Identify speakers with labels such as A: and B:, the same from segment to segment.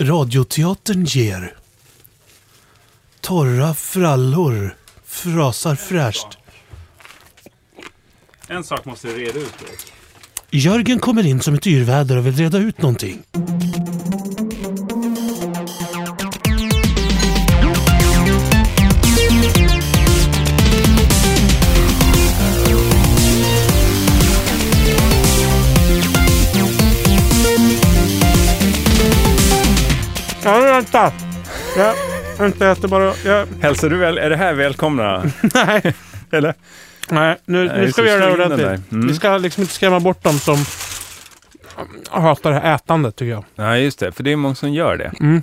A: Radioteatern ger. Torra frallor frasar fräscht.
B: En sak måste du reda ut Erik.
A: Jörgen kommer in som ett yrväder och vill reda ut någonting.
C: Ja, vänta! Jag, vänta, jag äter bara... Jag,
B: Hälsar du väl? Är det här välkomna?
C: nej,
B: Eller?
C: nej nu,
B: Nej,
C: nu
B: just
C: ska
B: det,
C: vi göra det
B: slå in den
C: ordentligt.
B: där. Mm.
C: Vi ska liksom inte skrämma bort dem som hatar det här ätandet, tycker jag.
B: Ja, just det. För det är många som gör det.
C: Mm.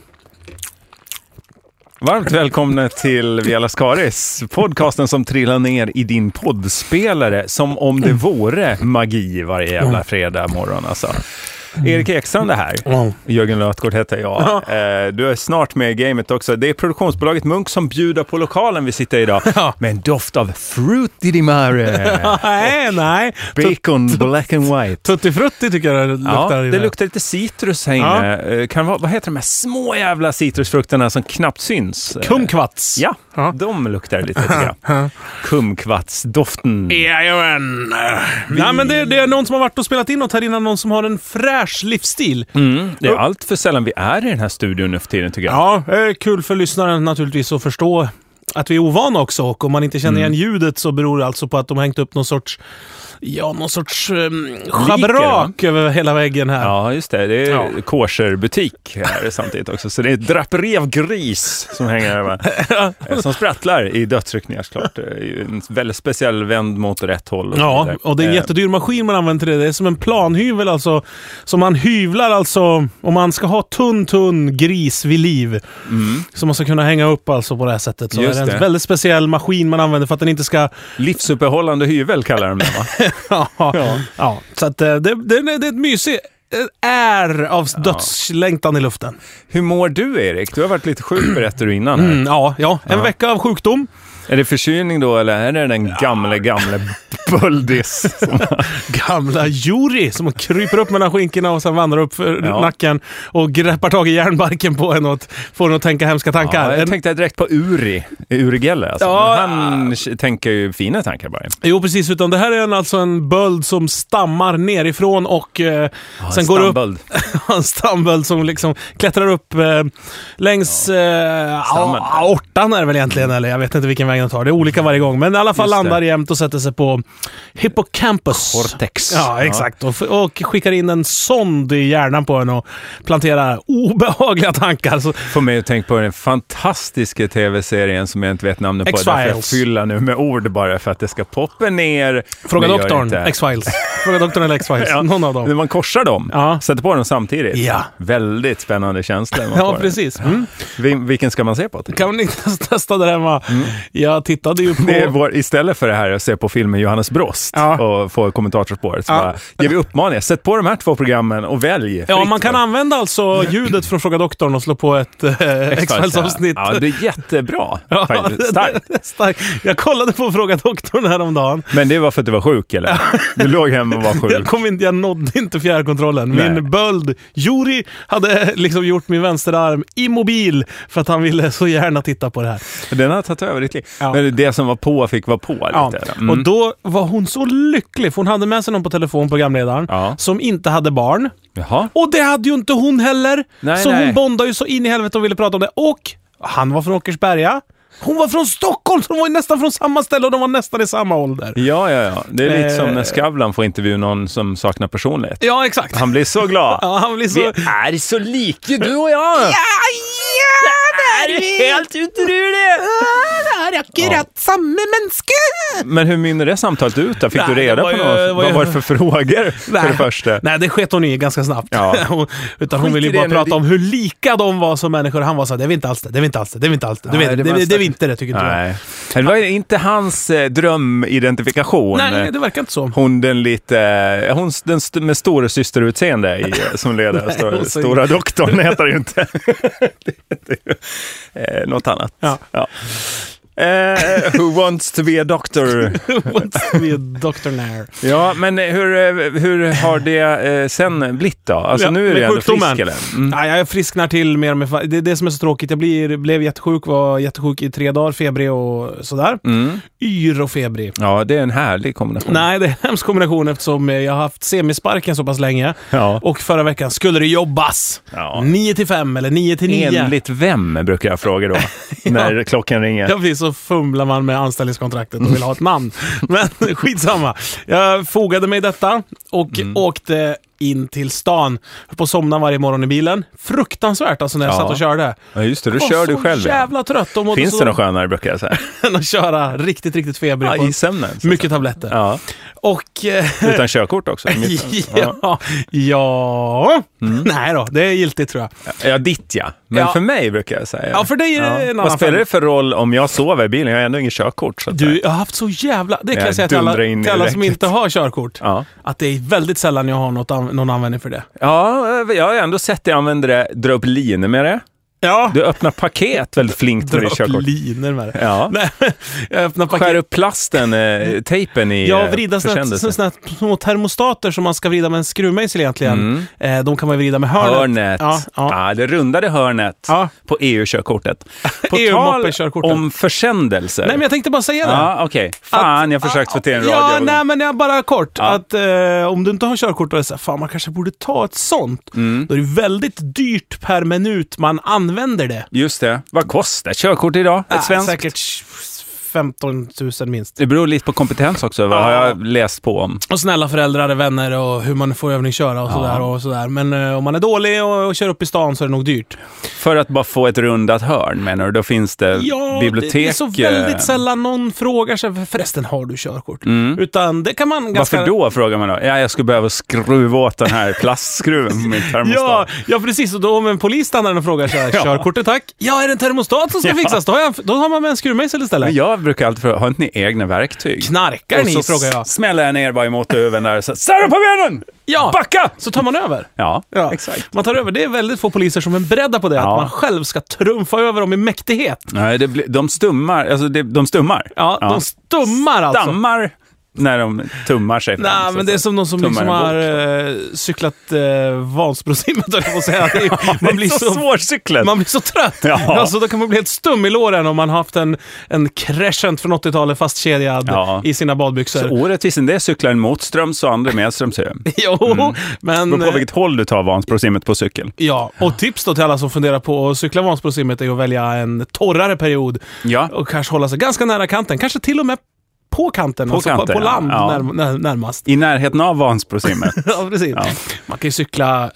B: Varmt välkomna till Via Lascaris, podcasten som trillar ner i din poddspelare som om
C: Mm.
B: det vore magi varje jävla fredag morgon. Alltså.
C: Mm.
B: Erik Ekstrand är här.
C: Ja.
B: Jörgen Lötgård heter jag. Eh, Du är snart med i gamet också. Det är produktionsbolaget Munk som bjuder på lokalen vi sitter i idag med en doft av frutti di mare.
C: Nej, nej.
B: Bacon black and white.
C: Tutti frutti tycker jag det luktar.
B: Ja,
C: i
B: det luktar lite citrus här inne. Eh, Kan vara, vad heter de här små jävla citrusfrukterna som knappt syns? Eh,
C: Kumkvats.
B: Ja,
C: Ja.
B: de luktar lite tycker jag. Kumkvattsdoften.
C: Jajamän. Nej, men det, det är någon som har varit och spelat in något här innan. Någon som har en fräsch livsstil.
B: Mm, det är allt för sällan vi är i den här studion nu för tiden tycker jag.
C: Ja, det är kul för lyssnaren naturligtvis att förstå att vi är ovana också och om man inte känner
B: Mm.
C: igen ljudet så beror det alltså på att de har hängt upp någon sorts, ja, någon sorts um, schabrak över hela väggen här.
B: Ja, just det. Det är
C: Ja.
B: kosherbutik här samtidigt också. Så det är ett draperi av gris som hänger över. Eh, som sprattlar i dödsryckningar såklart. Det är ju En väldigt speciell vänd mot rätt håll. så
C: Ja,
B: vidare.
C: och det är en
B: Eh,
C: jättedyr maskin man använder till det. Det är som en planhyvel alltså. Som man hyvlar alltså, om man ska ha tunn, tunn gris vid liv. Som man ska kunna hänga upp alltså på det här sättet. Så
B: Mm. Just
C: är det en
B: det.
C: väldigt speciell maskin man använder för att den inte ska...
B: Livsuppehållande hyvel kallar de det va?
C: Ja, ja. så att eh, det, det, det är ett mysigt eh, är av dödslängtan i luften.
B: Hur mår du Erik? Du har varit lite sjuk berättade du innan. Här.
C: Mm, ja, ja, en
B: Ja.
C: vecka av sjukdom.
B: Är det förkylning då eller är det den gamle, gamle Böldis? som-
C: Gamla Juri som kryper upp mellan skinkorna och sen vandrar upp för
B: Ja.
C: nacken och greppar tag i järnbarken på en och att- får en att tänka hemska tankar.
B: Ja, jag
C: En-
B: tänkte direkt på Uri, Uri Geller alltså.
C: Ja.
B: Men Han tänker ju fina tankar bara.
C: Jo, precis. Utan det här är en, alltså en böld som stammar nerifrån och eh, sen går det upp
B: Stamböld.
C: en stamböld som liksom klättrar upp eh, längs eh,
B: Stammen.
C: a- aortan är det väl egentligen, eller jag vet inte vilken väg den tar. Det är olika varje gång, men i alla fall
B: Just det.
C: landar jämt och sätter sig på hippocampus.
B: Cortex.
C: Ja, exakt. Och, f- och skickar in en sond i hjärnan på en och planterar obehagliga tankar. Så,
B: Får mig att tänka på den fantastiska tv-serien som jag inte vet namnet på.
C: X-Files.
B: Därför jag fyller nu med ord bara för att det ska poppa ner.
C: fråga
B: Men gör
C: doktorn,
B: inte.
C: X-Files. Fråga doktorn eller X-Files.
B: Ja.
C: Någon av
B: När
C: dem.
B: man korsar dem,
C: Ja.
B: sätter på dem samtidigt.
C: Ja.
B: Väldigt spännande känsla. man
C: Ja,
B: får.
C: precis. Mm.
B: Vil- Vilken ska man se på?
C: Kan man inte testa det där hemma? Jag tittade ju på...
B: Mm. Det är vår, istället för det här att se på filmen Johannes Brost
C: Ja.
B: och få kommentatorspåret så
C: Ja.
B: bara, ger vi uppmaningar. Sätt på de här två programmen och välj.
C: Ja,
B: fritt
C: man kan
B: då.
C: använda alltså ljudet från Fråga Doktorn och slå på ett eh, X-Files-avsnitt.
B: Ja, det är jättebra.
C: Ja,
B: Faktiskt.
C: det-
B: Starkt.
C: det är starkt. Jag kollade på Fråga Doktorn häromdagen.
B: Men det var för att du var sjuk eller? Du låg hemma och var
C: Jag,
B: sjuk.
C: kom in, jag nådde inte fjärrkontrollen. Min
B: Nej.
C: böld, Juri, hade liksom gjort min vänsterarm immobil för att han ville så gärna titta på det här.
B: Den har tagit över ditt liv.
C: Ja.
B: Men det som var på fick vara på. Lite. Mm.
C: Och då var hon så lycklig, för hon hade med sig någon på telefon, programledaren,
B: Ja.
C: som inte hade barn.
B: Jaha.
C: Och det hade ju inte hon heller.
B: Nej,
C: så
B: nej.
C: hon bondade ju så in i helvete och ville prata om det. Och han var från Åkersberga. Hon var från Stockholm, så de var ju nästan från samma ställe och de var nästan i samma ålder.
B: Ja, ja, ja. Det är lite
C: Eh.
B: som när Skavlan får intervjua någon som saknar personlighet.
C: Ja, exakt.
B: Han blir så glad.
C: ja, alltså- han blir så...
B: är så lika du och jag! Ja, ja, det är vi! Helt otroligt!
C: det är akkurat samma människa!
B: Men hur mynnar det samtalet ut då? Fick
C: Nej,
B: du reda
C: det var
B: på
C: ju-
B: något?
C: det var ju-
B: Vad var det för frågor? För det första.
C: Nej, det sket hon i ganska snabbt.
B: Ja.
C: Hon- Utan hon
B: Skit
C: ville
B: i
C: ju
B: det
C: bara
B: nu,
C: prata
B: det-
C: om hur lika de var som människor. Han var så här, det är vi inte alls det, det är vi inte alls det, det är vi inte alls det. Du
B: Nej,
C: vet,
B: det
C: det,
B: var
C: det,
B: en
C: det är vi
B: stack-
C: inte det, tycker inte jag.
B: Nej. Det var ju inte hans eh, drömidentifikation.
C: Nej, det verkar inte så.
B: Hon den lite, eh, hon s- den st- med storasysterutseende i, eh, som ledare. Stora-
C: hon ser-
B: Stora doktorn heter det ju inte. det heter ju eh, något annat.
C: Ja.
B: Eh, who wants to be a doctor?
C: What's with Dr. Nair?
B: Ja, men hur, eh, hur har det eh, sen blivit då? Alltså
C: Ja,
B: nu är
C: med
B: du ändå
C: sjukdomen.
B: frisk eller? Mm.
C: Nej, jag frisknar till mer med... Det är det som är så tråkigt. Jag blir, blev jättesjuk, var jättesjuk i tre dagar, febrig och sådär.
B: Mm.
C: Yr och febrig.
B: Ja, det är en härlig kombination.
C: Nej, det är en hemsk kombination eftersom eh, jag har haft semisparken så pass länge.
B: Ja.
C: Och förra veckan skulle det jobbas!
B: Ja.
C: 9 till 5 eller 9 till 9.
B: Enligt vem, brukar jag fråga då, när klockan ringer.
C: Ja, precis. Så fumlar man med anställningskontraktet och vill ha ett namn. Men skitsamma. Jag fogade mig i detta och
B: Mm.
C: åkte in till stan. Höll på att somna varje morgon i bilen. Fruktansvärt alltså när jag
B: Ja.
C: satt och körde.
B: Ja, just det, då
C: Var
B: kör du
C: så
B: själv. ja.
C: jävla trött och mådde
B: Finns
C: så
B: det något skönare, brukar jag säga.
C: än att köra riktigt, riktigt febrig.
B: Ja,
C: på
B: I sömnen. så.
C: mycket tabletter.
B: Ja,
C: Och... eh,
B: utan körkort också.
C: ja, ja.
B: Mm.
C: Nej då, det är giltigt tror jag.
B: Ja, ditt ja. Men
C: Ja.
B: för mig brukar jag säga.
C: Ja, för dig är det en annan
B: Vad spelar
C: femma.
B: det för roll om jag sover i bilen? Jag har ändå ingen körkort. Så att
C: Du,
B: säga.
C: jag har haft så jävla... Det kan
B: Jag
C: jag säga till alla,
B: dundrar in i
C: till alla som
B: räcket.
C: inte har körkort.
B: Ja.
C: Att det är väldigt sällan jag har något an- någon användning för det.
B: ja, eh, jag har ändå sett dig använda det, dra upp linor med det.
C: Ja,
B: Du öppnar paket väldigt flinkt
C: dra
B: med ditt
C: upp
B: körkort.
C: linor med det.
B: Ja.
C: Nej, jag öppnar
B: Skär
C: paket.
B: upp plasten, eh, tejpen i
C: Jag
B: eh,
C: vrider såna,
B: försändelsen.
C: såna här små termostater som man ska vrida med en skruvmejsel egentligen.
B: Mm.
C: Eh, de kan man ju vrida med hörnet.
B: Hörnet.
C: Ja, ja.
B: Ah, det rundade hörnet
C: Ja.
B: på EU-körkortet. På tal
C: EU-moppe-körkortet.
B: om försändelser.
C: Nej, men jag tänkte bara säga det.
B: Ja, okej. Fan, jag försökte få till en radio.
C: Ja, nej, men jag bara kort.
B: Ja.
C: Att, eh, om du inte har körkort, då är det så här, fan man kanske borde ta ett sånt. Då är det väldigt dyrt per minut man använder det.
B: Just det. Vad kostar körkort idag? Ett
C: Ja,
B: svenskt?
C: Säkert 15 000 minst.
B: Det beror lite på kompetens också, vad
C: Ja.
B: har jag läst på om.
C: Och snälla föräldrar och vänner och hur man får övningsköra och sådär. Och sådär. Men eh, om man är dålig och, och kör upp i stan så är det nog dyrt.
B: För att bara få ett rundat hörn menar du? Då finns det
C: Ja,
B: bibliotek.
C: det är så
B: eh,
C: väldigt sällan någon frågar sig förresten har du körkort? Utan det kan man ganska...
B: Varför då, frågar man då. Ja, jag skulle behöva skruva åt den här plastskruven på min
C: Ja,
B: termostat.
C: ja, precis. Och då om en polis stannar och frågar så här,
B: Ja.
C: körkortet tack. Ja, är det en termostat som ska
B: Ja.
C: fixas? Då har, jag, då har man med en skruvmejsel istället.
B: Men jag brukar alltid fråga, har inte ni egna verktyg?
C: Knarkar
B: Och
C: ni?
B: så
C: frågar jag.
B: s- smäller jag ner bara i motorhuven där och så Släpp på benen!
C: Ja.
B: Backa!
C: Så tar man över.
B: Ja,
C: Ja.
B: exakt.
C: Man tar över. Det är väldigt få poliser som är beredda på det,
B: Ja.
C: att man själv ska trumfa över dem i mäktighet.
B: Nej, det blir, de stummar. Alltså, det, de stummar.
C: Ja, de stummar alltså.
B: Stammar när de tummar sig fram. så
C: Nej,
B: att
C: men det är
B: säga.
C: som någon som
B: Tummar
C: liksom
B: en
C: har
B: bok.
C: eh, cyklat eh, Vansbrosimmet, höll jag på att säga. Det är-
B: Man blir så, svårcyklet.
C: Man blir så trött.
B: Ja.
C: Alltså, då kan man bli helt stum i låren om man har haft en, en crescent från 80-talet fastkedjad
B: Ja.
C: i sina badbyxor.
B: Så orättvist än det cyklar en motströms och andra medströms. ju. Det
C: Jo, men...
B: Mm.
C: eh,
B: beror på vilket håll du tar Vansbrosimmet på cykel.
C: Ja, och tips då till alla som funderar på att cykla Vansbrosimmet är att välja en torrare period
B: Ja.
C: och kanske hålla sig ganska nära kanten. Kanske till och med på kanten,
B: På
C: alltså
B: kanten,
C: på, på
B: ja.
C: land
B: Ja.
C: när, när, närmast.
B: I närheten av Vansbrosimmet.
C: Ja, precis.
B: Ja.
C: Man kan ju cykla...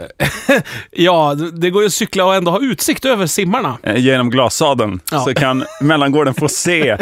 C: ja, det går ju att cykla och ändå ha utsikt över simmarna.
B: eh, Genom glassadeln
C: Ja.
B: så kan mellangården få se.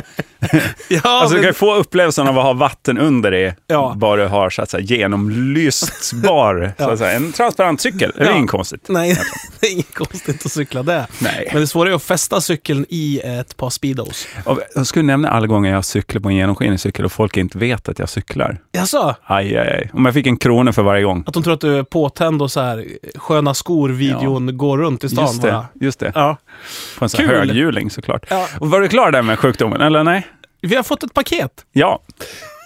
C: Ja,
B: Alltså du
C: men-
B: kan ju få upplevelsen av att ha vatten under dig.
C: Ja.
B: Bara du har så att säga genomlystbar. Så att säga. En transparent cykel. Det är
C: Ja.
B: inget konstigt.
C: Nej, det är inget konstigt att cykla det.
B: Nej.
C: Men det svåra är att fästa cykeln i ett par Speedos.
B: Och Jag skulle nämna alla gånger jag cyklar på en genomskinlig cykel och folk inte vet att jag cyklar.
C: Jaså?
B: Aj, aj, aj. Om jag fick en krona för varje gång.
C: Att de tror att du är påtänd och så här sköna skor-videon går runt i stan
B: Just det,
C: bara.
B: just det.
C: Ja.
B: På en sån här
C: Kul.
B: höghjuling såklart.
C: Ja.
B: Och var du klar där med sjukdomen, eller nej?
C: Vi har fått ett paket.
B: Ja.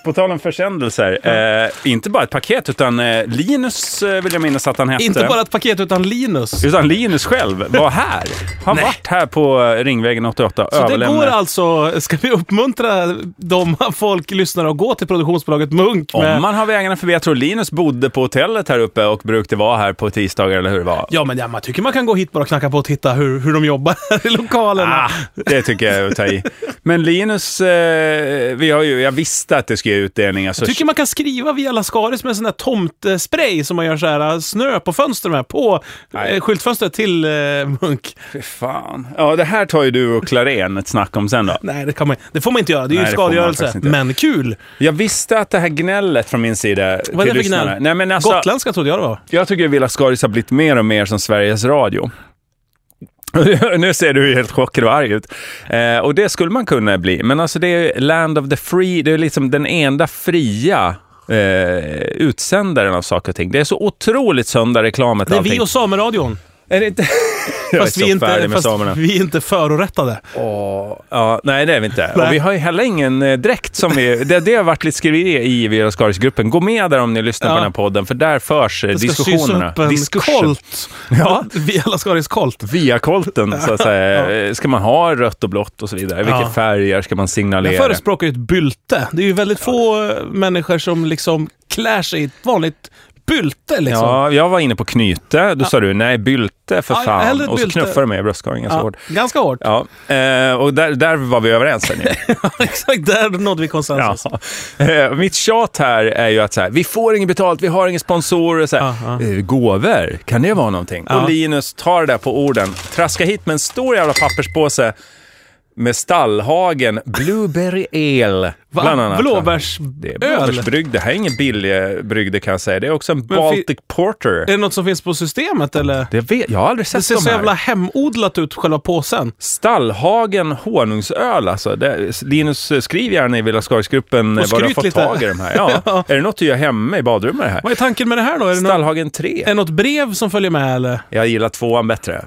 B: På tal om försändelser, eh, inte bara ett paket, utan eh, Linus eh, vill jag minnas att han hette.
C: Inte bara ett paket utan Linus. Så
B: Utan Linus själv var här. Han varit här på eh, Ringvägen 88 och
C: det går
B: överlämnat.
C: alltså, ska vi uppmuntra de folk, lyssnare, att gå till produktionsbolaget Munk med...
B: Om man har vägarna förbi, jag tror Linus bodde på hotellet här uppe och brukade vara här på tisdagar eller hur det var.
C: Ja, men ja, man tycker man kan gå hit bara och knacka på och titta hur, hur de jobbar i lokalerna.
B: Ah, det tycker jag är att ta i. Men Linus, eh, vi har ju, jag visste att det skulle ge utdelning. Alltså,
C: Jag tycker man kan skriva via Lascaris med en sån där tomtespray som man gör så här snö på fönster med, på
B: Nej.
C: eh, skyltfönstret till eh, Munk.
B: Fy fan. Ja, det här tar ju du och Klarén ett snack om sen då.
C: Nej, det, kan man, det får man inte göra. Det är
B: Nej,
C: ju
B: det får man
C: skadegörelse.
B: faktiskt inte.
C: Men kul!
B: Jag visste att det här gnället från min sida
C: Vad är det
B: till
C: för
B: lyssnarna-
C: gnäll?
B: Nej, men alltså,
C: Gotländska trodde jag det var.
B: Jag tycker Villa Skaris har blivit mer och mer som Sveriges Radio. nu ser du ju helt chockad och arg ut. Eh, och det skulle man kunna bli. Men alltså det är Land of the Free, det är liksom den enda fria eh, utsändaren av saker och ting. Det är så otroligt sönderreklamet
C: Det är
B: allting.
C: vi och Sameradion.
B: Är det inte... Jag
C: Fast,
B: är så
C: vi, är inte,
B: färdig med
C: fast
B: samerna.
C: vi är inte förorättade.
B: Åh, ja, nej, det är vi inte.
C: Nej.
B: Och vi har ju heller ingen eh, dräkt som vi... Det, det har varit lite skriverier i Viralskaris-gruppen. Gå med där om ni lyssnar
C: Ja.
B: på den här podden, för där förs eh,
C: Det ska
B: diskussionerna.
C: sys upp en
B: Diskursen.
C: kolt.
B: Ja.
C: Vi alla ska ha det kolt.
B: Via kolten, så att säga. Eh, Ska man ha rött och blått och så vidare? Vilka
C: Ja.
B: färger ska man
C: Jag
B: signalera?
C: förespråkar ju ett bylte. Det är ju väldigt få eh, människor som liksom klär sig i ett vanligt bylte. Liksom.
B: Ja, jag var inne på knyte. Då sa du nej, bylte för
C: Ja,
B: fan.
C: hellre
B: Och så
C: bylte.
B: knuffade du mig i bröstkorgen ganska hårt.
C: ganska hårt.
B: Ja, eh, och där, där var vi överens. Sen, ju.
C: Exakt, där nådde vi konsensus.
B: Eh, Mitt tjat här är ju att så här, vi får inget betalt, vi har inga sponsorer. Så här,
C: Ja,
B: eh, Gåvor, kan det vara någonting?
C: Ja.
B: Och Linus tar det där på orden, traskar hit med en stor jävla papperspåse med stallhagen, Blueberry Ale,
C: Va?
B: bland annat. Det är
C: Blåbärsöl. Är
B: blåbärsbrygd. Det här är ingen billig eh, brygd kan jag säga. Det är också en
C: Men fi-
B: Baltic Porter.
C: det något som finns på systemet eller?
B: Det vet, jag har aldrig
C: Det
B: sett
C: ser
B: de
C: så
B: här.
C: jävla hemodlat ut, själva påsen.
B: Stallhagen honungsöl alltså. Det, Linus, skriv gärna i Villa Skarsgruppen
C: Och
B: vad du har
C: skryt
B: fått
C: lite.
B: tag i de här. Ja.
C: Ja.
B: Är det något du gör hemma i badrummet det här?
C: Vad är tanken med det här då? Är det, något,
B: Stallhagen 3.
C: är det något brev som följer med eller?
B: Jag gillar tvåan bättre.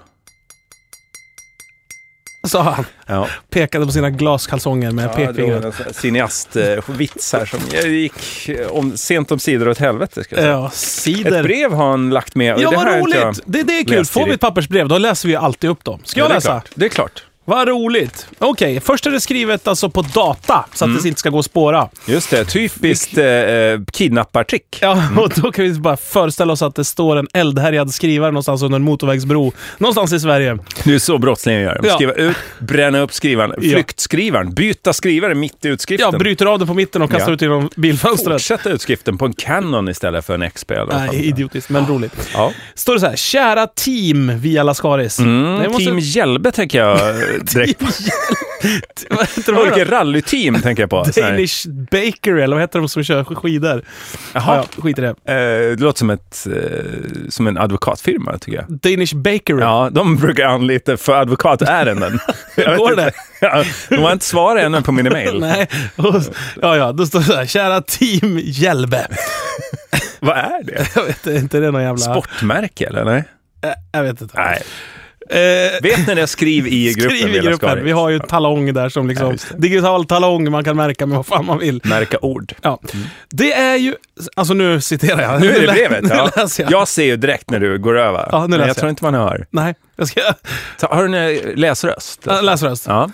C: Sa han.
B: Ja.
C: Pekade på sina glaskalsonger med pekfingret.
B: Cineastvits här som gick eh, om, sent om sidor åt helvete. Ska jag säga.
C: Ja,
B: Ett
C: cider.
B: brev har han lagt med. och
C: Ja,
B: det här
C: vad
B: har inte jag-
C: roligt! Det, det är kul.
B: läst
C: Får vi
B: direkt.
C: ett pappersbrev, då läser vi ju alltid upp dem. Ska jag
B: Ja, det är
C: läsa?
B: klart. Det är klart.
C: Vad roligt! Okej, först är det skrivet alltså på data, så att
B: Mm.
C: det inte ska gå att spåra.
B: Just det, typiskt eh, eh, kidnappartrick.
C: Ja, och då kan vi bara föreställa oss att det står en eldhärjad skrivare någonstans under en motorvägsbro, någonstans i Sverige.
B: Det är så brottslingar gör. De
C: Ja.
B: skriver ut, bränna upp skrivaren,
C: Ja.
B: flyktskrivaren, byta skrivare mitt i utskriften.
C: Ja, bryter av den på mitten och kastar
B: Ja.
C: ut genom bilfönstret.
B: Fortsätta utskriften på en Canon istället för en XP. i alla fall.
C: Nej, idiotiskt, men roligt.
B: Ja.
C: Står det så här, kära team via Lascaris.
B: Mm,
C: Det måste-
B: Team Hjälbe tänker jag eh, direkt på.
C: Vad heter de
B: Olika
C: här då?
B: rallyteam tänker jag på. Så här.
C: Danish Bakery, eller vad heter de som kör skidor?
B: Jaha.
C: Ja, ja, skit i det.
B: Eh, det låter som, ett, eh, som en advokatfirma, tycker jag.
C: Danish Bakery.
B: Ja, de brukar anlita för advokatärenden. Jag vet
C: Går
B: inte.
C: det?
B: Ja, de har inte svarat ännu på mina mejl.
C: Nej. Och, ja, ja, då står det så här, kära team Hjälbe.
B: Vad är det?
C: Jag vet inte, inte det är någon jävla...
B: Sportmärke, eller? Nej.
C: Eh, Jag vet inte.
B: Nej.
C: Eh,
B: Vet ni det? Skriv i gruppen.
C: Skriv i
B: Vela
C: gruppen.
B: Skaris.
C: Vi har ju talong där som
B: Ja,
C: liksom...
B: just
C: digital talong man kan märka med vad fan man vill.
B: Märka ord.
C: Ja. Det är ju... Alltså nu citerar jag.
B: Mm. Nu är det
C: lä-
B: brevet.
C: Nu
B: Ja.
C: läser jag.
B: Jag ser ju direkt när du går över.
C: Ja, nu
B: Men
C: läser
B: jag
C: jag.
B: tror inte man hör.
C: Nej, jag ska...
B: Ta- Har du en eh, läsröst?
C: Äh, Läs röst.
B: Ja.